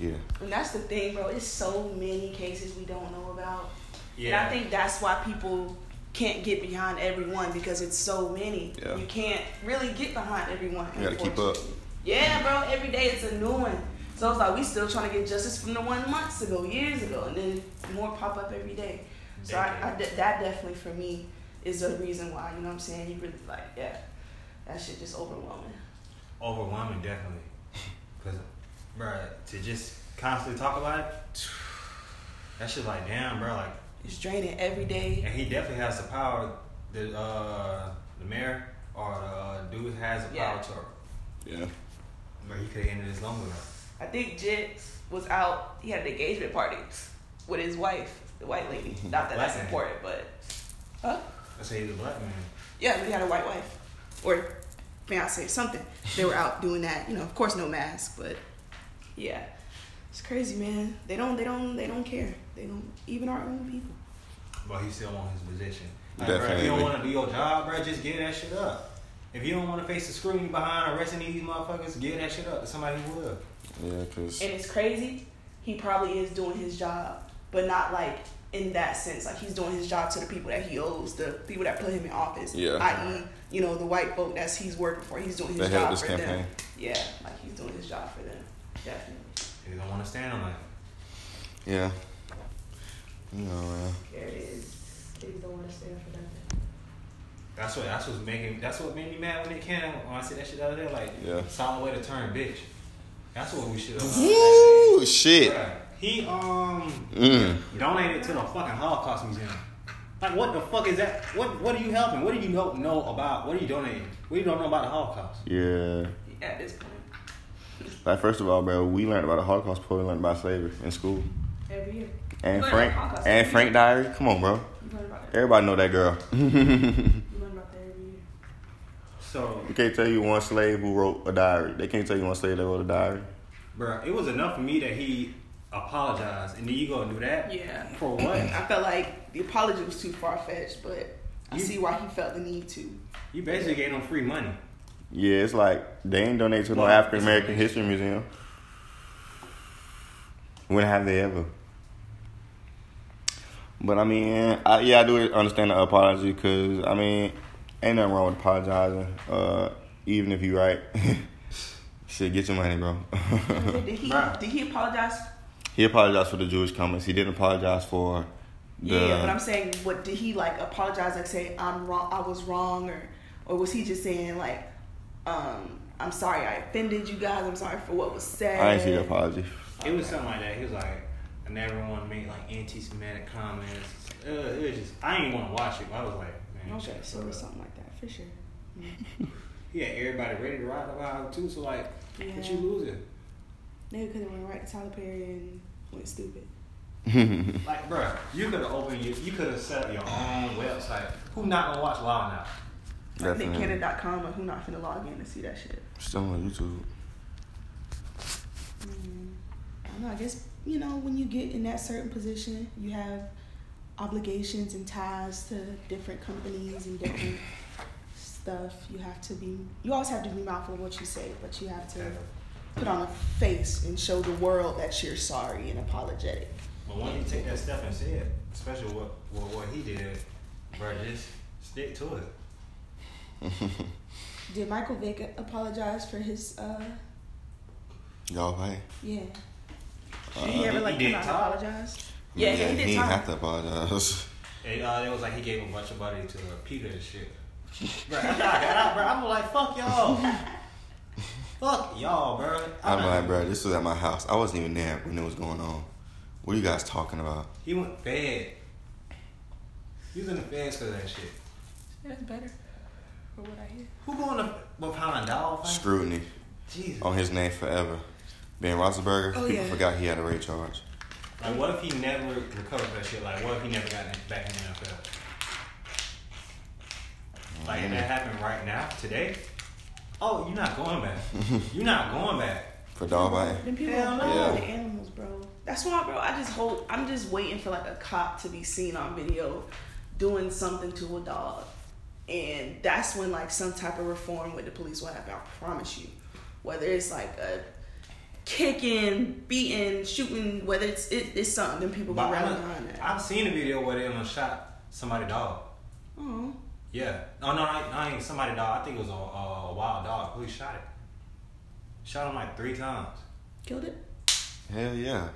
S1: yeah,
S3: And that's the thing, bro. It's so many cases we don't know about. And
S2: Yeah.
S3: I think that's why people can't get behind everyone because it's so many.
S1: Yeah.
S3: You can't really get behind everyone.
S1: you gotta keep up.
S3: Yeah, bro. Every day it's a new one. So it's like we still trying to get justice from the one months ago, years ago, and then more pop up every day. So I, I de- that definitely for me is a reason why. You know what I'm saying? You really like yeah, that shit just overwhelming.
S2: Overwhelming, definitely. Cause, bruh, to just constantly talk about it, that shit like damn, bruh. Like,
S3: It's draining every day.
S2: and he definitely has the power. The uh, the mayor or the uh, dude has the power
S3: Yeah.
S2: to.
S1: Yeah.
S2: Bruh, he could have ended this long ago.
S3: I think Jits was out. He had an engagement party with his wife, the white lady. Not that
S2: Black
S3: that's
S2: man.
S3: important, but huh?
S2: I say he's a black man.
S3: Yeah, we had a white wife or fiance, something. They were out doing that. You know, of course, no mask, but yeah, it's crazy, man. They don't, they don't, they don't care. They don't even our own people.
S2: But he still want his position. Like, bruh, if you
S1: Definitely.
S2: don't want to do your job, bruh, just give that shit up. If you don't want to face the scrutiny behind arresting these motherfuckers, give that shit up to somebody who will.
S1: Yeah, cause
S3: And it's crazy. He probably is doing his job, but not like in that sense. Like he's doing his job to the people that he owes, the people that put him in office.
S1: Yeah.
S3: I.e., you know, the white folk that's he's working for. He's doing his
S1: they
S3: job
S1: helped this
S3: for
S1: campaign.
S3: them. Yeah, like he's doing his job for them. Definitely.
S2: He don't want to stand on that.
S1: Yeah. You know, man.
S3: There it is. Niggas don't want to stand for nothing.
S2: That's what that's what's making that's what made me mad when it came when I said that shit out of there like
S1: Yeah.
S2: solid way to turn bitch. That's what we should have
S1: Woo, shit.
S2: He um
S1: Mm.
S2: donated to the fucking Holocaust Museum. Like what the fuck is that? What what are you helping? What do you don't know about? What are you donating? What you don't know about the Holocaust?
S1: Yeah.
S3: At this point,
S1: Like first of all, bro, we learned about the Holocaust before we learned about slavery in school.
S3: every year.
S1: And
S3: Learn
S1: Frank
S3: about Holocaust
S1: and
S3: every
S1: Frank Diary. Come on, bro.
S3: You learn about that.
S1: Everybody know that girl. they
S3: You learn about that every year.
S2: So
S1: can't tell you one slave who wrote a diary. They can't tell you one slave that wrote a diary.
S2: bruh, it was enough for me that he apologized and then you go and do that?
S3: Yeah.
S2: For what?
S3: I felt like the apology was too far fetched, but I
S2: You-
S3: see why he felt the need to.
S2: You basically gave him free money.
S1: Yeah, it's like they ain't donate to no
S2: Well,
S1: African American
S2: it's-
S1: History Museum. When have they ever? But I mean, I, yeah, I do understand the apology because I mean, ain't nothing wrong with apologizing, uh, even if you right. Shit, get your money, bro.
S3: did he?
S2: Bruh.
S3: Did he apologize?
S1: he apologized for the Jewish comments. He didn't apologize for the.
S3: yeah, but I'm saying, what did he like apologize? Like say, I'm wrong. I was wrong, or or was he just saying like, um, I'm sorry, I offended you guys. I'm sorry for what was said.
S1: I didn't see the apology.
S2: It was something like that. He was like, I never want to make like anti-Semitic comments. Uh, it was just, I didn't want to watch it. But I was like, man,
S3: Okay,
S2: shut
S3: so it was
S2: up.
S3: something like that for sure.
S2: Yeah, everybody ready to ride the wild too. So like,
S3: Yeah.
S2: what you losing?
S3: Nigga could have went right to Tyler Perry and went stupid.
S2: Like, bruh, you could have opened your, you could have set up your own website. Who not gonna watch Law now?
S3: I think
S1: Definitely.
S3: Canada.com or who not finna log in to see that shit.
S1: Still on YouTube.
S3: I don't know. I guess you know when you get in that certain position, you have obligations and ties to different companies and different stuff. You have to be. You always have to be mindful of what you say, but you have to put on a face and show the world that you're sorry and apologetic.
S2: But when you take that step and say it, especially what what, what he did, bruh, just stick to it.
S3: Did Michael Vick apologize for his? uh
S1: Y'all right?
S3: Yeah.
S2: Uh,
S3: Did he ever like
S2: did
S3: come out and
S2: talk.
S3: apologize? Yeah, yeah,
S1: he
S3: he did
S1: ain't have
S3: talk.
S1: to apologize.
S2: And, uh, it was like he gave a bunch of money to uh, Peter and shit. bro, I got out, bro. I'm like, fuck y'all. fuck y'all, bro.
S1: I'm
S2: not-
S1: like, bro, this was at my house. I wasn't even there when it was going on. What are you guys talking about?
S2: He went fed. He was in the feds for that shit.
S4: That's better. For what I hear.
S2: Who going to behind dog fight?
S1: Scrutiny
S2: Jesus.
S1: on his name forever. Ben Roethlisberger,
S3: Oh,
S1: people
S3: yeah.
S1: forgot he had a rape charge.
S2: Like, what if he never recovered that shit? Like, what if he never got back in the NFL? Like, if that happened right now, today, oh, you're not going back. you're not going back.
S1: For dog biting.
S3: Them people
S2: Hell
S3: are
S2: no.
S1: Yeah.
S3: the animals, bro. That's why, bro. I just hope I'm just waiting for like a cop to be seen on video doing something to a dog, and that's when like some type of reform with the police will happen. I promise you. Whether it's like a kicking, beating, shooting, whether it's it, it's something, them people
S2: But
S3: will rally
S2: I'm-
S3: behind that.
S2: I've seen a video where they almost shot somebody dog.
S3: Aw.
S2: Yeah. Oh no, I, I ain't somebody dog. I think it was a, a wild dog. Police shot it. Shot him like three times.
S3: Killed it.
S1: Hell yeah.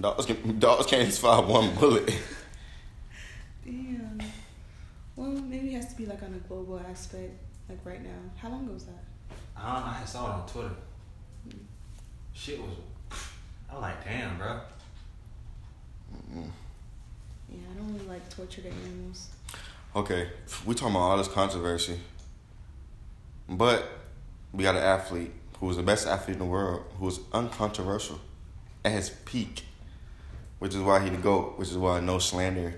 S1: Dogs, can, dogs can't survive one bullet.
S3: Damn. Well, maybe it has to be like on a global aspect, like right now. How long ago was that?
S2: I don't know. I saw it on Twitter. Shit was. I was like, damn, bro.
S3: Yeah, I don't really like tortured animals.
S1: Okay, we talking about all this controversy, but we got an athlete who was the best athlete in the world, who was uncontroversial at his peak, which is why he the goat. Which is why no slander,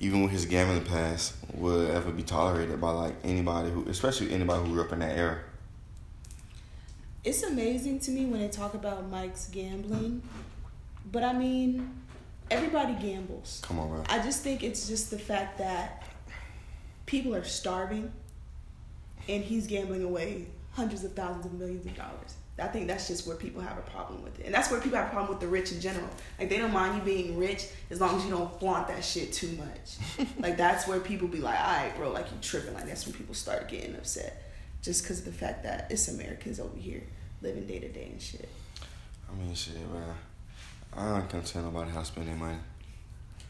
S1: even with his gambling past, would ever be tolerated by like anybody who, especially anybody who grew up in that era.
S3: It's amazing to me when they talk about Mike's gambling, but I mean, everybody gambles.
S1: Come on, bro.
S3: I just think it's just the fact that people are starving and he's gambling away hundreds of thousands of millions of dollars. I think that's just where people have a problem with it. And that's where people have a problem with the rich in general. Like they don't mind you being rich as long as you don't flaunt that shit too much. like that's where people be like, all right, bro, like you tripping. Like that's when people start getting upset. Just because of the fact that it's Americans over here living day to day and shit.
S1: I mean, shit, bro. I don't content about how I spend their money.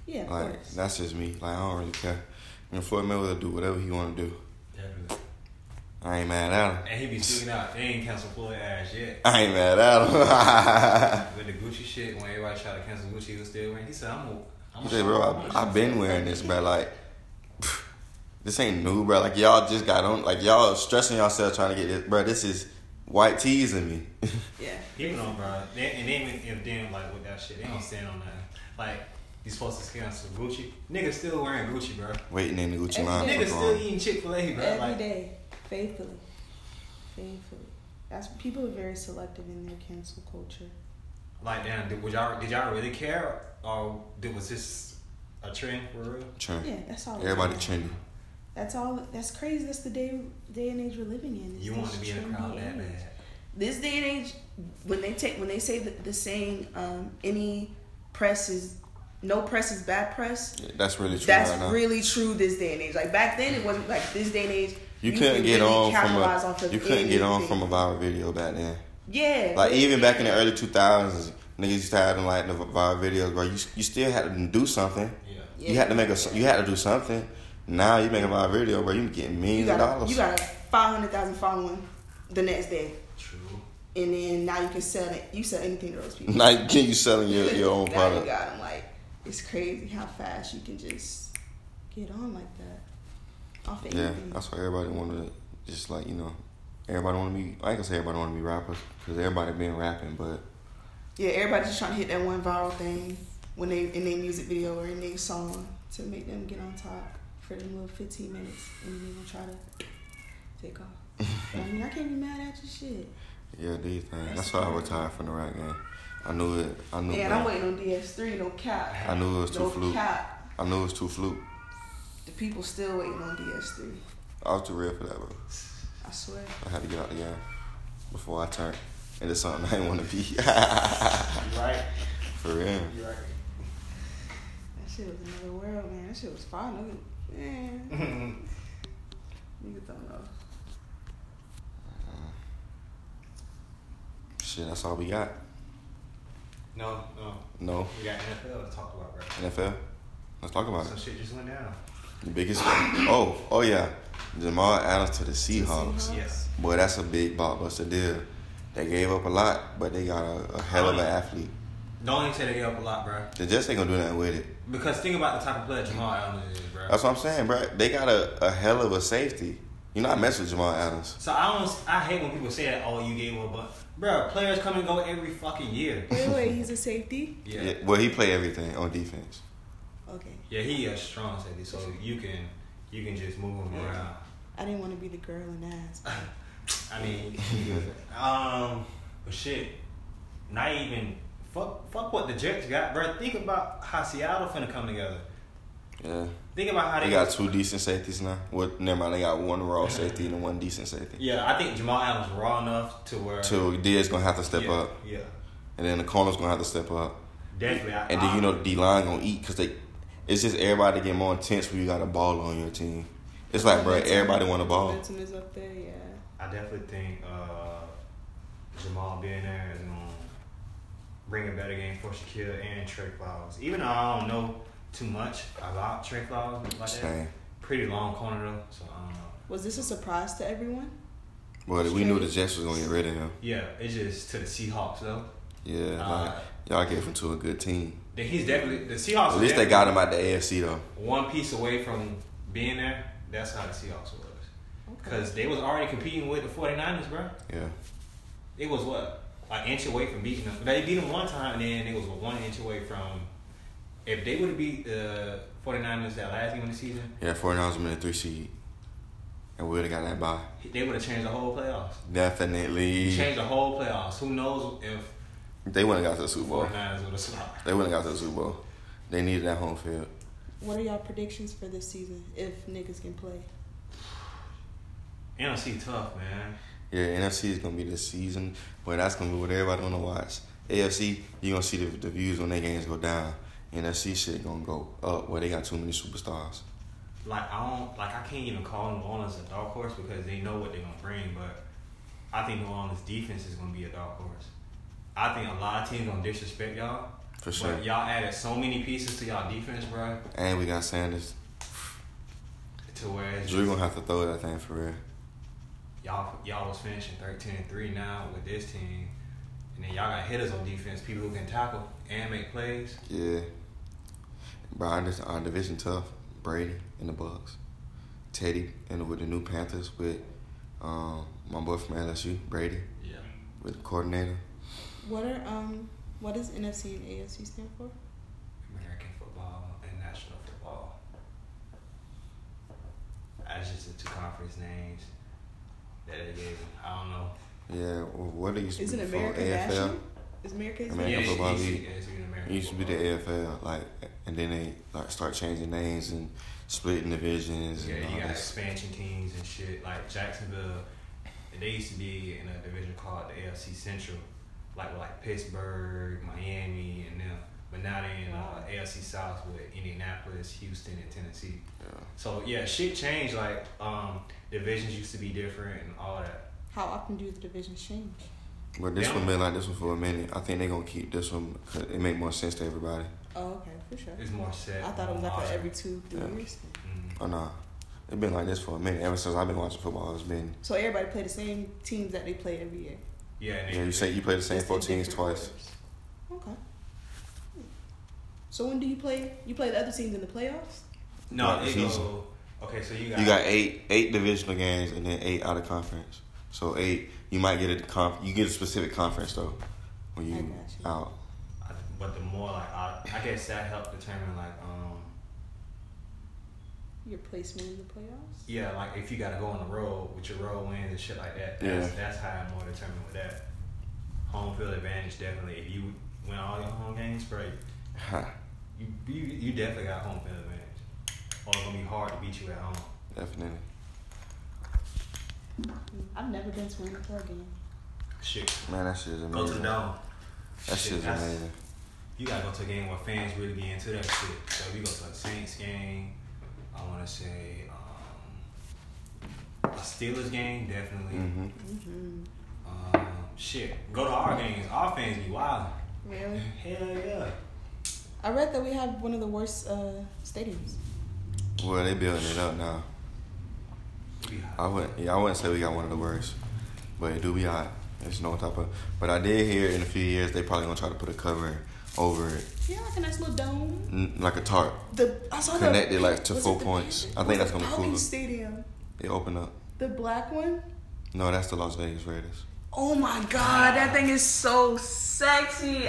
S3: Yeah, of
S1: Like
S3: course.
S1: that's just me. Like I don't really care. And Floyd Mayweather do whatever he want to do.
S2: Definitely.
S1: I ain't mad at him.
S2: And he be speaking out. They ain't cancel Floyd ass yet.
S1: I ain't mad at him.
S2: With the Gucci shit, when everybody tried to cancel Gucci, he was still wearing. He said, "I'm." a- I'm
S1: I
S2: a
S1: said, bro, I've been wearing this, bro. Like, pff, this ain't new, bro. Like, y'all just got on. Like, y'all stressing yourself trying to get this, bro. This is white tees in me.
S3: yeah.
S2: He went on, bro. They, and then and then like with that shit, they don't stand on that. Like you supposed to cancel Gucci. Niggas still wearing Gucci, bro.
S1: Waiting in the Gucci
S3: Every
S1: line.
S3: day.
S2: Niggas
S1: for
S2: still
S1: long.
S2: eating Chick Fil A,
S3: Every
S2: bro.
S3: day,
S2: like,
S3: faithfully, faithfully. That's people are very selective in their cancel culture.
S2: like damn, did, would y'all did y'all really care, or did, was this a trend for real?
S1: Trend.
S3: Yeah, that's
S2: Oh.
S3: all.
S1: Everybody trendy.
S3: That's all. That's crazy. That's the day day and age we're living in. It's
S2: You
S3: this
S2: want to be in the
S3: trendy
S2: crowd that
S3: age.
S2: bad?
S3: This day and age, when they take when they say the, the saying, um, any press is no press is bad press.
S1: Yeah, that's really true
S3: That's
S1: right now.
S3: really true this day and age. Like back then, it wasn't like this day and age.
S1: you couldn't
S3: could
S1: get
S3: really
S1: on from
S3: capitalize off
S1: a
S3: of
S1: you couldn't get on
S3: anything.
S1: from a viral video back then.
S3: yeah.
S1: Like even back in the early two thousands, niggas used to have them like the viral videos, bro. You you still had to do something.
S2: Yeah.
S1: You had to make a you had to do something. Now you making a viral video, bro. You getting
S3: You
S1: millions
S3: got,
S1: of
S3: a,
S1: dollars.
S3: you got a 500,000 following the next day.
S2: True.
S3: And then now you can sell it. You sell anything to those people.
S1: Like, can you selling your, your own
S3: now
S1: product?
S3: you got 'em. Like, it's crazy how fast you can just get on like that. Off of
S1: yeah,
S3: anything.
S1: that's why everybody want to just like you know, everybody want to be. I ain't gonna say everybody want to be rappers because everybody been rapping, but
S3: Yeah, everybody's just trying to hit that one viral thing when they in their music video or in their song to make them get on top for them little 15 minutes. And then they're going to try to take off. I mean, I can't be mad at your shit.
S1: yeah, these things. That's why I retired from the rap game. I knew it. I knew.
S3: Yeah,
S1: that.
S3: and I'm waiting on DS3, no cap.
S1: I knew it was too
S3: No
S1: fluke.
S3: cap.
S1: I knew it was too fluke.
S3: The people still waiting on DS3.
S1: I was too real for that, bro.
S3: I swear.
S1: I had to get out the game before I turned. And it's something I didn't want to be.
S2: You right.
S1: for real.
S2: You right.
S3: That shit was another world, man. That shit was fire. Nigga, man.
S2: That's
S3: Nigga don't know.
S1: Shit, that's all we got.
S2: No, no.
S1: No
S2: We got NFL to talk about, bro.
S1: NFL. Let's talk about it.
S2: Some shit just went down.
S1: The biggest. Oh, oh yeah. Jamal Adams to the Seahawks.
S4: Seahawks.
S2: Yes.
S1: Boy, that's a big blockbuster deal. They gave up a lot, but they got a, a hell of an athlete.
S2: Don't even say they gave up a lot, bro.
S1: They just ain't gonna do nothing with it.
S2: Because think about the type of player Jamal Adams is, bro.
S1: That's what I'm saying, bro. They got a, a hell of a safety. You're not messing with Jamal Adams.
S2: So I don't. I hate when people say that. Oh, you gave up, but bro, players come and go every fucking year.
S4: Wait, wait, he's a safety?
S2: Yeah.
S1: Yeah,
S2: Yeah,
S1: well, he play everything on defense.
S3: Okay.
S2: he a strong safety, so you can you can just move him around.
S3: I didn't want to be the girl and ask.
S2: I mean, um, but shit, not even fuck fuck what the Jets got, bro. Think about how Seattle finna come together.
S1: Yeah,
S2: Think about how they,
S1: they got two decent safeties now. Well, never mind, they got one raw safety and one decent safety.
S2: Yeah, I think Jamal Adams raw enough to where
S1: Two Diaz gonna have to step
S2: yeah,
S1: up,
S2: Yeah,
S1: and then the corners gonna have to step up,
S2: definitely. I,
S1: and then you know the D line gonna eat because they. It's just everybody get more intense when you got a ball on your team. It's like, bro, everybody want a ball.
S3: Momentum is up there, yeah.
S2: I definitely think uh, Jamal being there um, is gonna bring a better game for Shaquille and Trey Flowers. Even though I don't know too much about Trey Flowers like that.
S1: Same.
S2: Pretty long corner though, so um, I don't know.
S3: Was this a surprise to everyone?
S1: But we knew the Jets was gonna get rid of him.
S2: Yeah, it's just to the Seahawks though.
S1: Yeah,
S2: Uh,
S1: like, y'all gave him to a good team.
S2: Then he's definitely the Seahawks.
S1: At
S2: are
S1: least they
S2: definitely
S1: got him out the AFC though.
S2: one piece away from being there. That's how the Seahawks was. Cause they was already competing with the 49ers, bro.
S1: Yeah.
S2: It was what an inch away from beating them. They beat them one time, and then it was one inch away from. If they would have beat the 49ers that last game of the season,
S1: Yeah, 49ers would've been a three seed. And we would have got that bye.
S2: they would have changed the whole playoffs.
S1: Definitely.
S2: Changed the whole playoffs. Who knows if
S1: They wouldn't got to the
S2: the
S1: Super Bowl.
S2: 49ers would have stopped?
S1: They wouldn't got to the Super Bowl. They needed that home field.
S3: What are y'all predictions for this season if niggas can play?
S2: NFC tough, man.
S1: Yeah, NFC is gonna be the season, but that's gonna be what everybody wanna watch. AFC, you gonna see the, the views when their games go down. NFC shit gonna go up where they got too many superstars.
S2: Like I don't like I can't even call New Orleans a dark horse because they know what they're gonna bring. But I think New Orleans defense is gonna be a dark horse. I think a lot of teams gonna disrespect y'all.
S1: For sure.
S2: But y'all added so many pieces to y'all defense, bro.
S1: And we got Sanders.
S2: To where it's
S1: Drew
S2: just-
S1: gonna have to throw that thing for real.
S2: y'all y'all was finishing 13 and 3 now with this team. And then y'all got hitters on defense, people who can tackle and make plays.
S1: Yeah. Bro, our, dis- our division tough. Brady in the Bucks. Teddy and with the new Panthers with um, my boy from LSU, Brady,
S2: Yeah.
S1: with the coordinator.
S3: What are um what does NFC and AFC stand for?
S2: American football and national football. That's just the two conference names that they gave them. I don't know.
S1: Yeah, well, what are you
S3: Is it
S1: from
S3: America National? Is America
S1: American
S2: yeah, it
S1: football
S2: used to-
S1: league.
S2: yeah, it used to be the
S1: It
S2: American
S1: used to be the
S2: football.
S1: AFL, like, and then they like start changing names and splitting divisions
S2: Yeah,
S1: and
S2: you
S1: all
S2: got
S1: this.
S2: expansion teams and shit. Like Jacksonville, they used to be in a division called the AFC Central, like with like Pittsburgh, Miami, and them. But now they in uh, AFC South with Indianapolis, Houston, and Tennessee.
S1: Yeah.
S2: So yeah, shit changed. Like um, divisions used to be different and all that.
S3: How often do the divisions change?
S1: But this
S2: Yeah.
S1: one been like this one for a minute. I think they're gonna keep this one 'cause it make more sense to everybody.
S3: Oh, okay, for sure.
S2: It's more set.
S3: I thought it was like
S2: all
S3: for
S2: that.
S3: every two, three
S1: Yeah.
S3: years. then.
S2: Mhm.
S1: Oh no, it's been like this for a minute. Ever since I've been watching football, it's been
S3: So everybody play the same teams that they play every year.
S2: Yeah, and they,
S1: Yeah, you say you play the same
S3: Just
S1: four
S3: in
S1: teams
S3: different
S1: twice.
S3: orders. Okay. So when do you play? You play the other teams in the playoffs?
S2: no,
S1: Right,
S2: it
S1: it's
S2: go. Okay, so you got
S1: You got eight eight divisional games and then eight out of conference. So eight, you might get a conf. You get a specific conference though when
S3: I
S1: you
S3: got you.
S1: out.
S2: I- But the more like I, I guess that helped determine like um
S3: Your placement in the playoffs?
S2: Yeah, like if you gotta go on the road with your road wins and shit like that. That's,
S1: Yeah.
S2: that's how I'm more determined with that. Home field advantage definitely. If you win all your home games, bro,
S1: Ha,
S2: you you, you definitely got home field advantage. Or it's gonna be hard to beat you at home.
S1: definitely.
S3: Mm, I've never been to an NFL game.
S2: Shit,
S1: Man, that shit is
S2: go to the
S1: amazing. That
S2: dome.
S1: shit is
S2: that's-
S1: amazing.
S2: You gotta go to a game where fans really be into that shit. So we go to a Saints game. I wanna say um, a Steelers game definitely.
S1: hmm
S3: Mm-hmm.
S2: Um, shit, go to our games. Our fans be wild.
S3: Really?
S2: Hell yeah.
S3: I read that we have one of the worst uh, stadiums.
S1: Well, they building it up now.
S2: We hot.
S1: I wouldn't. Yeah, I wouldn't say we got one of the worst, but it do be hot. It's no type of. But I did hear in a few years they probably gonna try to put a cover over it,
S3: Yeah, like a nice little dome.
S1: n- like a tarp.
S3: The I saw the-
S1: Connected, like, to
S3: was
S1: four
S3: it the-
S1: points. I
S3: was
S1: think
S3: it
S1: that's gonna be
S3: Falcon
S1: cooler.
S3: Stadium,
S1: It open up.
S3: the black one.
S1: No, that's the Las Vegas Raiders.
S3: Oh my god, that thing is so sexy.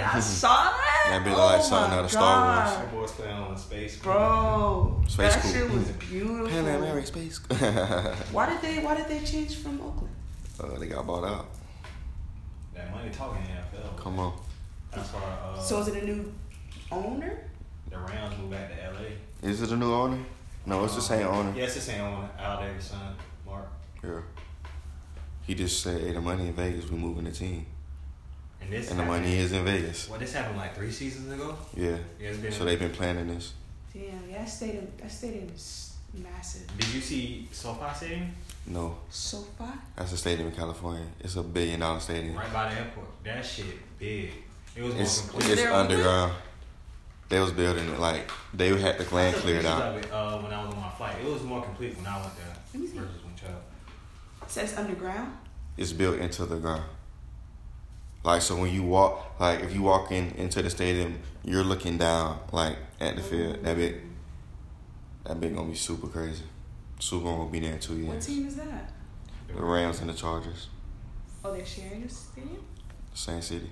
S3: I saw that.
S1: That'd be
S3: oh
S1: like something
S3: my
S1: out of Star Wars.
S3: God.
S2: That boy's playing on the space.
S3: Bro,
S1: Space
S3: that
S1: cool.
S3: shit was beautiful.
S1: Pan Am Air Space. uh,
S3: Why did they Why did they change from Oakland?
S1: Oh, they got bought out.
S2: That money talking NFL.
S1: Come on.
S2: That's why uh,
S3: So is it a new owner?
S2: the Rams moved back to LA.
S1: Is it a new owner? No, Oh, it's the same owner.
S2: Yeah, it's the same owner. Al Davis' son, Mark.
S1: Yeah. He just said, "Hey, the money in Vegas. We moving the team,
S2: And this.
S1: and the
S2: happened-
S1: money is in Vegas."
S2: Well, this happened like three seasons ago.
S1: Yeah.
S2: Yeah, it's been.
S1: So they've been planning this.
S3: Damn, yeah, that stadium that stadium is massive.
S2: Did you see SoFi Stadium?
S1: No,
S3: So far,
S1: that's a stadium in California. It's a billion dollar stadium.
S2: Right by the airport. That shit big. It was
S1: It's
S2: more complete.
S1: it's
S3: there a
S1: underground. They was building it like they had the
S2: I
S1: land
S2: took
S1: cleared
S2: pictures
S1: out.
S2: Of it, uh, when I was on my flight, it was more complete when I went there
S3: Let me see.
S2: versus when Chubb.
S3: it says underground.
S1: It's built into the ground. Like so, when you walk, like if you walk in into the stadium, you're looking down like at the field. That bit, that bit gonna be super crazy. Super gonna be there in two
S3: What
S1: years.
S3: team is that?
S1: The Rams and the Chargers,
S3: Oh, they're sharing a stadium.
S1: same city,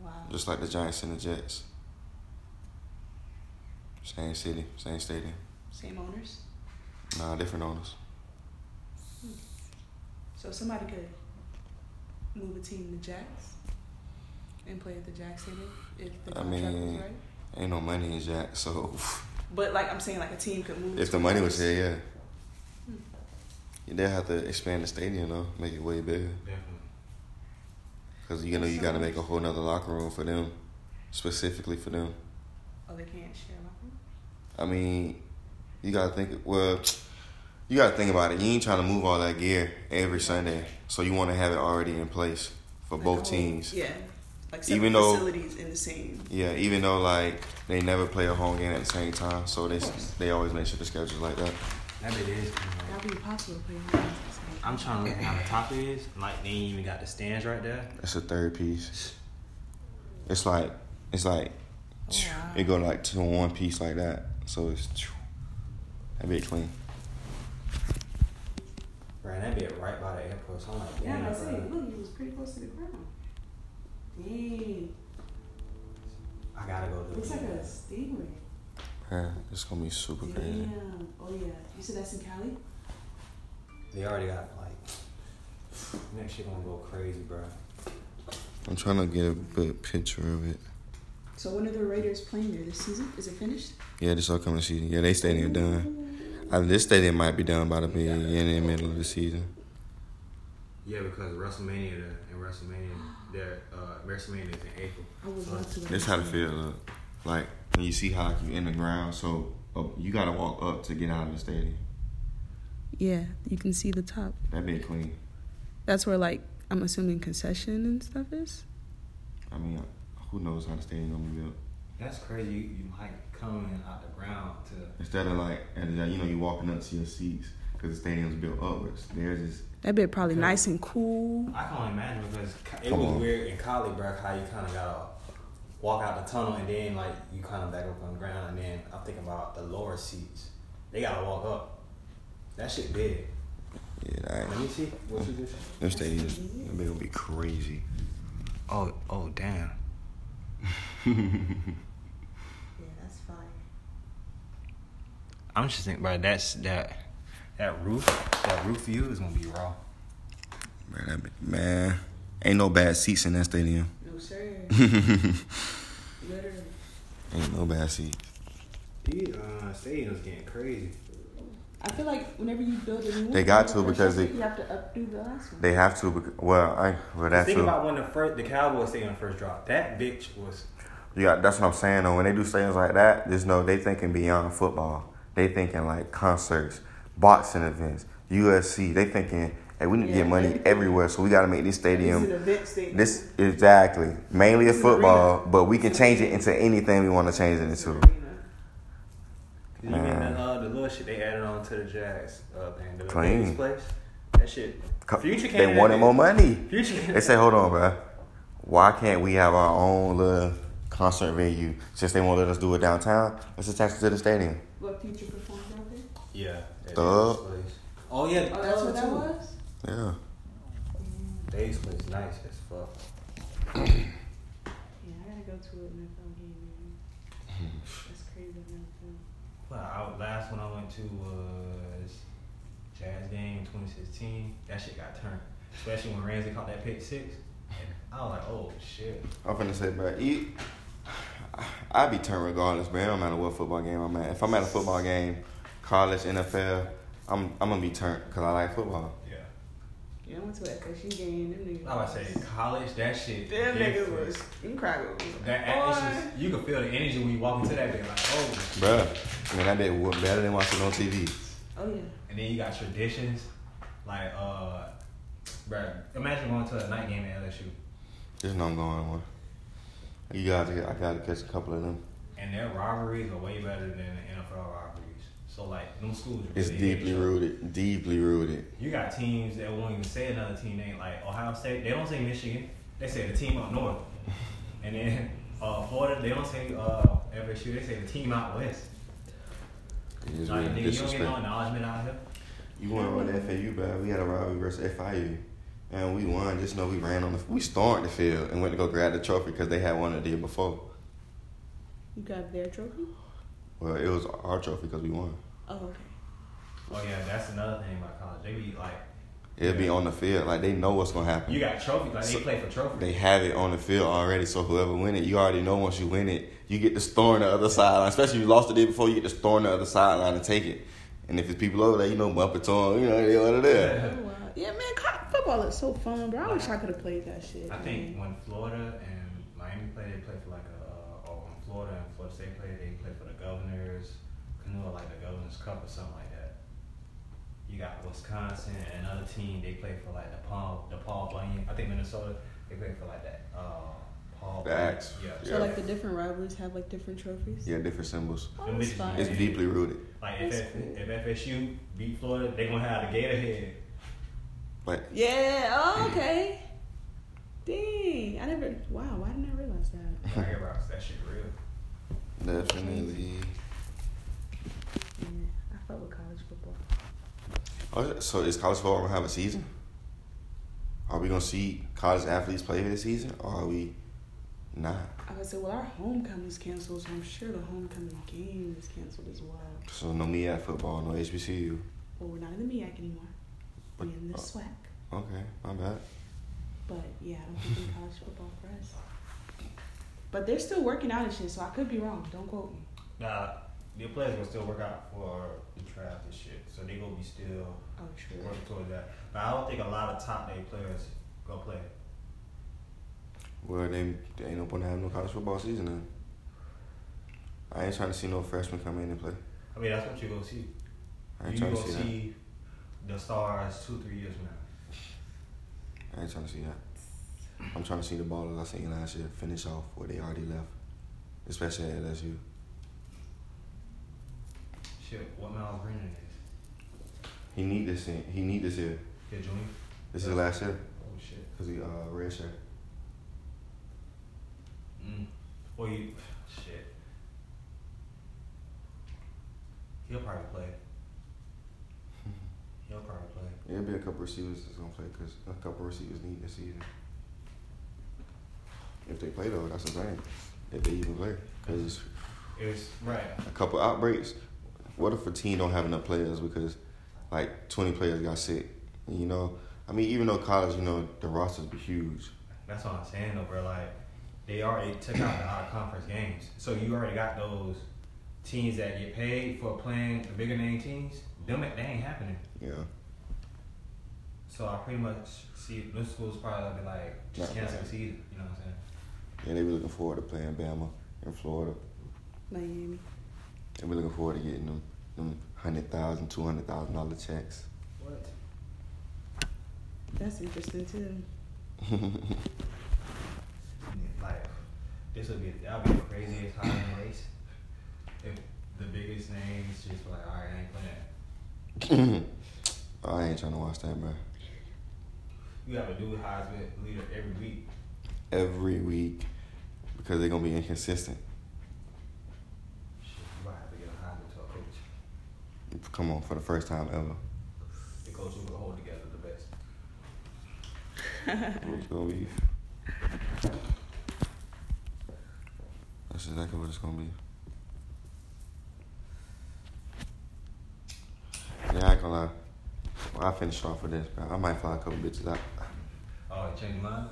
S3: Wow.
S1: just like the Giants and the Jets. Same city, same stadium.
S3: Same owners.
S1: Nah, different owners.
S3: So somebody could move a team to Jacks and play at the Jacks Stadium if the
S1: I
S3: contract was
S1: mean-
S3: right.
S1: Ain't no money in Jack, so
S3: But like I'm saying, like a team could move.
S1: if
S3: to
S1: the money was
S3: Jacks.
S1: here, yeah. They'll have to expand the stadium though, make it way bigger.
S2: Definitely.
S1: Cause you know you gotta make a whole nother locker room for them, specifically for them.
S3: Oh, they can't share locker room?
S1: I mean, you gotta think. Well, you gotta think about it. You ain't trying to move all that gear every Sunday, so you want to have it already in place for
S3: Like,
S1: both
S3: oh,
S1: teams.
S3: Yeah, like separate
S1: Even though-
S3: facilities in the same.
S1: Yeah, even though like they never play a home game at the same time, so they
S3: Of course.
S1: they always make sure the schedule's like that.
S2: That bit is. cool, man.
S3: That'd be impossible to play. in the same.
S2: I'm trying to look how the top is. Like they ain't even got the stands right there.
S1: That's a third piece. It's like it's like
S3: Oh,
S1: it go like to one piece like that, so it's that bit clean.
S2: Right, that bit right by the airport. So I'm like,
S3: Yeah,
S2: damn,
S3: I see.
S2: bro.
S3: Look, it was pretty close to the ground. Dang,
S2: I gotta go do
S3: looks like a
S2: it.
S3: stingray.
S1: Yeah, it's gonna be super crazy.
S3: Damn. Oh yeah. You said that's in Cali.
S2: They already got like next shit gonna go crazy, bro.
S1: I'm trying to get a good picture of it.
S3: So when are the Raiders playing there this season? Is it finished?
S1: Yeah, this upcoming season. Yeah, they stadium done. I mean, this stadium might be done by the beginning and middle of the season.
S2: Yeah, because WrestleMania there- and WrestleMania there, uh, WrestleMania is in April.
S3: I would
S2: So
S3: love to.
S1: This how the field look. Like when you see how like, you in the ground, so uh, you gotta walk up to get out of the stadium.
S3: Yeah, you can see the top.
S1: That bit clean.
S3: That's where like I'm assuming concession and stuff is.
S1: I mean, who knows how the stadium gonna be built?
S2: That's crazy. You, you might come in out the ground to
S1: Instead of like, and uh, you know, you walking up to your seats because the stadium's built upwards. Theirs is
S3: That bit probably
S2: Okay.
S3: nice and cool.
S2: I can only imagine because co- it
S1: Come
S2: was
S1: on.
S2: weird in college, bro, how you kind of gotta walk out the tunnel and then like you kind of back up on the ground and then I'm thinking about the lower seats. They gotta walk up. That shit big.
S1: yeah, that
S2: Let me see what you just.
S1: them stadiums. That bit gonna be crazy.
S2: Oh, oh, damn.
S3: Yeah, that's fine.
S2: I'm just thinking, bro. That's that. That roof, that roof view is gonna be raw.
S1: Man, that bit, man, ain't no bad seats in that stadium.
S3: No sir. Literally.
S1: Ain't no bad seats.
S2: These uh, stadiums getting crazy.
S3: I feel like whenever you build a new
S1: They
S3: one,
S1: got
S3: the
S1: to
S3: first
S1: because
S3: thing
S1: they-
S3: you have to updo the last one.
S1: They have to. Because, well, I well that's
S2: Think
S1: true.
S2: about when the first, the Cowboys stadium first dropped. That bitch was
S1: Yeah, that's what I'm saying. Though when they do stadiums like that, just know they thinking beyond football. They thinking like concerts, boxing events, USC. They thinking, hey, we need to
S3: Yeah.
S1: get money everywhere, so we got to make this
S3: This is
S1: stadium.
S3: an event state.
S1: This exactly mainly a
S3: This is arena.
S1: football, but we can change it into anything we want to change it into.
S2: Did you mean the, uh, the little shit they added on to the Jazz uh, thing. The
S1: Clean.
S2: Vegas place. That shit. Future came.
S1: They wanted more money.
S2: Future.
S1: They say, hold on, bro. Why can't we have our own little concert venue since they won't let us do it downtown? Let's attach it to the stadium.
S4: What future performed out there?
S2: Yeah. that
S1: Duh.
S2: Vegas place. Oh yeah.
S4: Oh, that's what that
S2: too.
S4: was?
S1: Yeah.
S2: Vegas place nice as fuck.
S4: Yeah, I gotta go to an NFL game, man. That's crazy, NFL.
S2: Well, I, last one I went to was Jazz game in 2016. That shit got turned, especially when Ramsey caught that pick six. And I was like, oh shit.
S1: I'm finna say, bro, you, I be turned regardless, bro. It don't matter what football game I'm at. If I'm at a football game, college, NFL, I'm I'm gonna be turned because I like football.
S2: Yeah.
S4: Yeah, I went to an FSU game. Them niggas.
S2: I would say college. That shit.
S3: Them niggas
S2: different.
S3: was incredible.
S2: That it's just, you can feel the energy when you walk into that bitch, like oh.
S1: Bruh, I mean, I did what better than watching on TV.
S4: Oh yeah.
S2: And then you got traditions, like uh, bruh, Imagine going to a night game at LSU,
S1: There's no going one. You gotta, I gotta catch a couple of them.
S2: and their rivalries are way better than the NFL rivalries. So like, them schools.
S1: It's
S2: really hate
S1: deeply
S2: each other.
S1: rooted, deeply rooted.
S2: You got teams that won't even say another team name, like Ohio State. They don't say Michigan. They say the team up north. And then uh, Florida, they don't say uh, FSU. They say the team out west.
S1: It is
S2: Like,
S1: really
S2: nigga, you don't get
S1: disrespectful.
S2: no acknowledgement out here.
S1: You went on the FAU, bro. We had a rivalry versus FIU. And we won. Just know we ran on the we stormed the field and went to go grab the trophy because they had one the day before.
S4: You got their trophy?
S1: Well, it was our trophy because we won.
S4: Oh okay.
S2: Oh yeah, that's another thing about college. They be like,
S1: It'll be on the field. Like they know what's gonna happen.
S2: you got trophies. Like
S1: So-
S2: they play for trophies.
S1: they have it on the field already, so whoever win it, you already know once you win it, you get to storm the other sideline. Especially if you lost the day before, you get to storm the other sideline and take it. And if it's people over there, you know, bump it to them, you know, they over there.
S4: Oh wow. Yeah, man, co- football is so fun, bro. I wish I could have played that shit.
S2: I
S4: man.
S2: think when Florida and Miami play, they play for like a, uh, or when Florida and Florida State play, they play for the Governor's Canoe, like the Governor's Cup or something like that. You got Wisconsin and another team, they play for like the Paul, the Paul Bunyan. I think Minnesota, they play for like that uh, Paul.
S1: The
S2: Bunyan.
S1: Axe.
S2: Yeah.
S4: So like the different rivalries have like different trophies.
S1: Yeah, different symbols.
S4: Oh, that's fine.
S1: It's deeply rooted.
S2: Like if,
S4: That's
S2: F-
S4: cool.
S2: if FSU beat Florida, they gonna have the Gator head.
S1: Like
S4: Yeah. Oh, okay. Dang. I never. Wow. Why didn't I realize that?
S2: Like, everybody, that shit real.
S1: definitely.
S4: Yeah, I fuck with college football.
S1: Oh, so is college football gonna have a season? Are we gonna see college athletes play this season, or are we not?
S4: I would say, well, our homecoming's canceled, so I'm sure the homecoming game is canceled as well.
S1: So no MEAC football, no HBCU.
S4: Well, we're not in the MEAC anymore. We're in the
S1: Oh.
S4: SWAC.
S1: Okay, my bad.
S4: But yeah, I don't think in college football for us. But they're still working out and shit, so I could be wrong. Don't quote me.
S2: Nah, the players will still work out for the draft and shit, so they gonna be still.
S4: Oh, true.
S2: work towards that. But I don't think a lot of top day players go play.
S1: Well, they, they ain't no point in having no college football season then. I ain't trying to see no freshmen come in and play.
S2: I mean, that's what you gonna see.
S1: I ain't
S2: You
S1: trying
S2: gonna
S1: to see,
S2: see the stars two, three years from now.
S1: that. I ain't trying to see that. I'm trying to see the ballers I seen last year finish off where they already left, especially at LSU.
S2: Shit, what Miles Brennan is?
S1: He need this. In, he need this year.
S2: Yeah, junior.
S1: This is his last year
S2: Oh shit.
S1: because he uh red shirt.
S2: Mm. Well, you shit. He'll probably play. He'll probably play.
S1: It'll be a couple receivers that's gonna play because a couple receivers need this season. If they play though, that's the thing. If they even play, because
S2: It was right.
S1: a couple outbreaks. What if a team don't have enough players because like twenty players got sick? You know, I mean, even though college, you know, the rosters be huge.
S2: That's what I'm saying though, bro. Like they already took out the out of conference games, so you already got those teams that get paid for playing the bigger name teams. Them that ain't happening.
S1: Yeah,
S2: So I pretty much see those schools probably be like just
S1: Right,
S2: cancel
S1: right.
S2: the season. You know what I'm saying?
S1: and they be looking forward to playing Bama in Florida.
S4: Miami.
S1: They be looking forward to getting them them hundred thousand, two hundred thousand dollar checks.
S2: What?
S4: That's interesting too.
S2: Like this would be that would be the craziest hiring race if the biggest names just like, all right, I ain't playing.
S1: I ain't trying to watch that, bro.
S2: You have a new Heisman leader every week.
S1: Every week because they're gonna be inconsistent.
S2: Shit, you might have to get a Heisman to a coach.
S1: Come on, for the first time ever,
S2: The coach who can hold together the best.
S1: it's gonna be. That's exactly what it's gonna be. Yeah, I ain't gonna lie. When eh, I finish off with this, bro, I might fly a couple bitches out.
S2: Oh, you changed mine?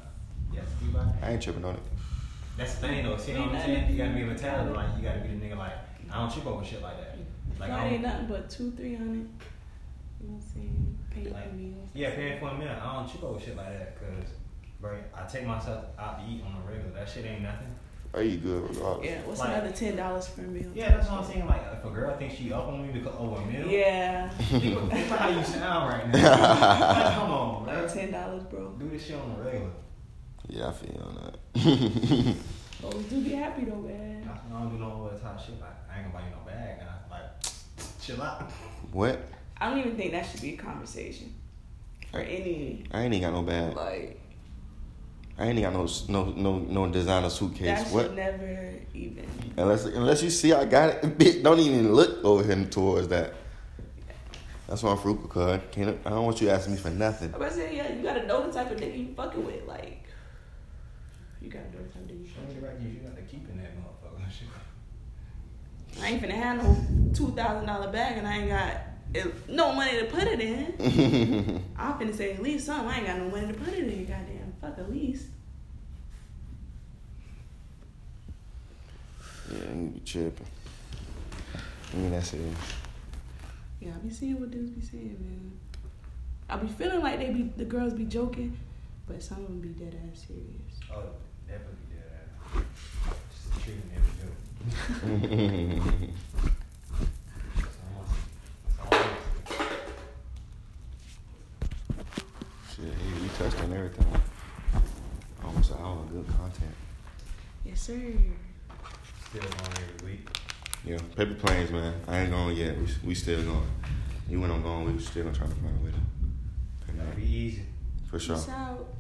S2: Yes, you might.
S1: I ain't tripping on it.
S2: That's the thing though. See what I'm saying? You gotta be a mentality. Like you gotta be the nigga. Like I don't trip over shit like that. Like
S4: That
S2: I
S4: ain't
S2: don't,
S4: nothing but two, three hundred. You know what I'm saying? Pay your
S2: Like,
S4: meals.
S2: yeah, paying for a meal. I don't trip over shit like that because, bro, I take myself out to eat on a regular. That shit ain't nothing.
S1: Are you good regardless?
S4: Yeah, what's
S2: Like-
S4: another ten dollars for a meal?
S2: Yeah, that's what I'm saying. Like if a girl thinks she up on me because over a meal,
S4: Yeah.
S2: think, about- think about how you sound right now. Come on,
S4: Like
S2: bro.
S4: ten dollars, bro.
S2: Do this shit on the regular.
S1: Yeah, I feel you on that.
S4: But we do be happy though, man.
S2: I don't do no other type of shit. Like I ain't gonna buy you no bag. And I like chill out.
S1: what?
S4: I don't even think that should be a conversation for any
S1: I ain't even got no bag.
S4: like
S1: I ain't even got no s- no no no designer
S4: that
S1: suitcase.
S4: should
S1: What?
S4: never even.
S1: Unless unless you see I got it, bitch, don't even look over him towards that. That's why I'm frugal, cuz. Can't I don't want you asking me for nothing.
S4: I'm about to say yeah, you gotta know the type of nigga you fucking with, like. You gotta know the type of nigga you
S2: Show me the right you. You got to keep in that motherfucker. Shit.
S4: I ain't finna handle two thousand dollar bag and I ain't got it- no money to put it in. I'm finna say at least something. I ain't got no money to put it in. Goddamn, fuck at least.
S1: Yeah, you be tripping. I mean that's it.
S4: Yeah, I be seeing what dudes be saying, man. I be feeling like they be the girls be joking, but some of them be dead ass serious.
S2: Oh, definitely did that. Just the treatment they would do. It's almost, it's almost.
S1: Shit, hey, we touched on everything. Almost an hour of good content.
S4: Yes, sir.
S2: Still on every week.
S1: Yeah, paper planes, man. I ain't going yet. We, we still going. You when I'm going, we still trying to find a way to.
S2: That'd be easy.
S1: For sure.
S4: Peace out.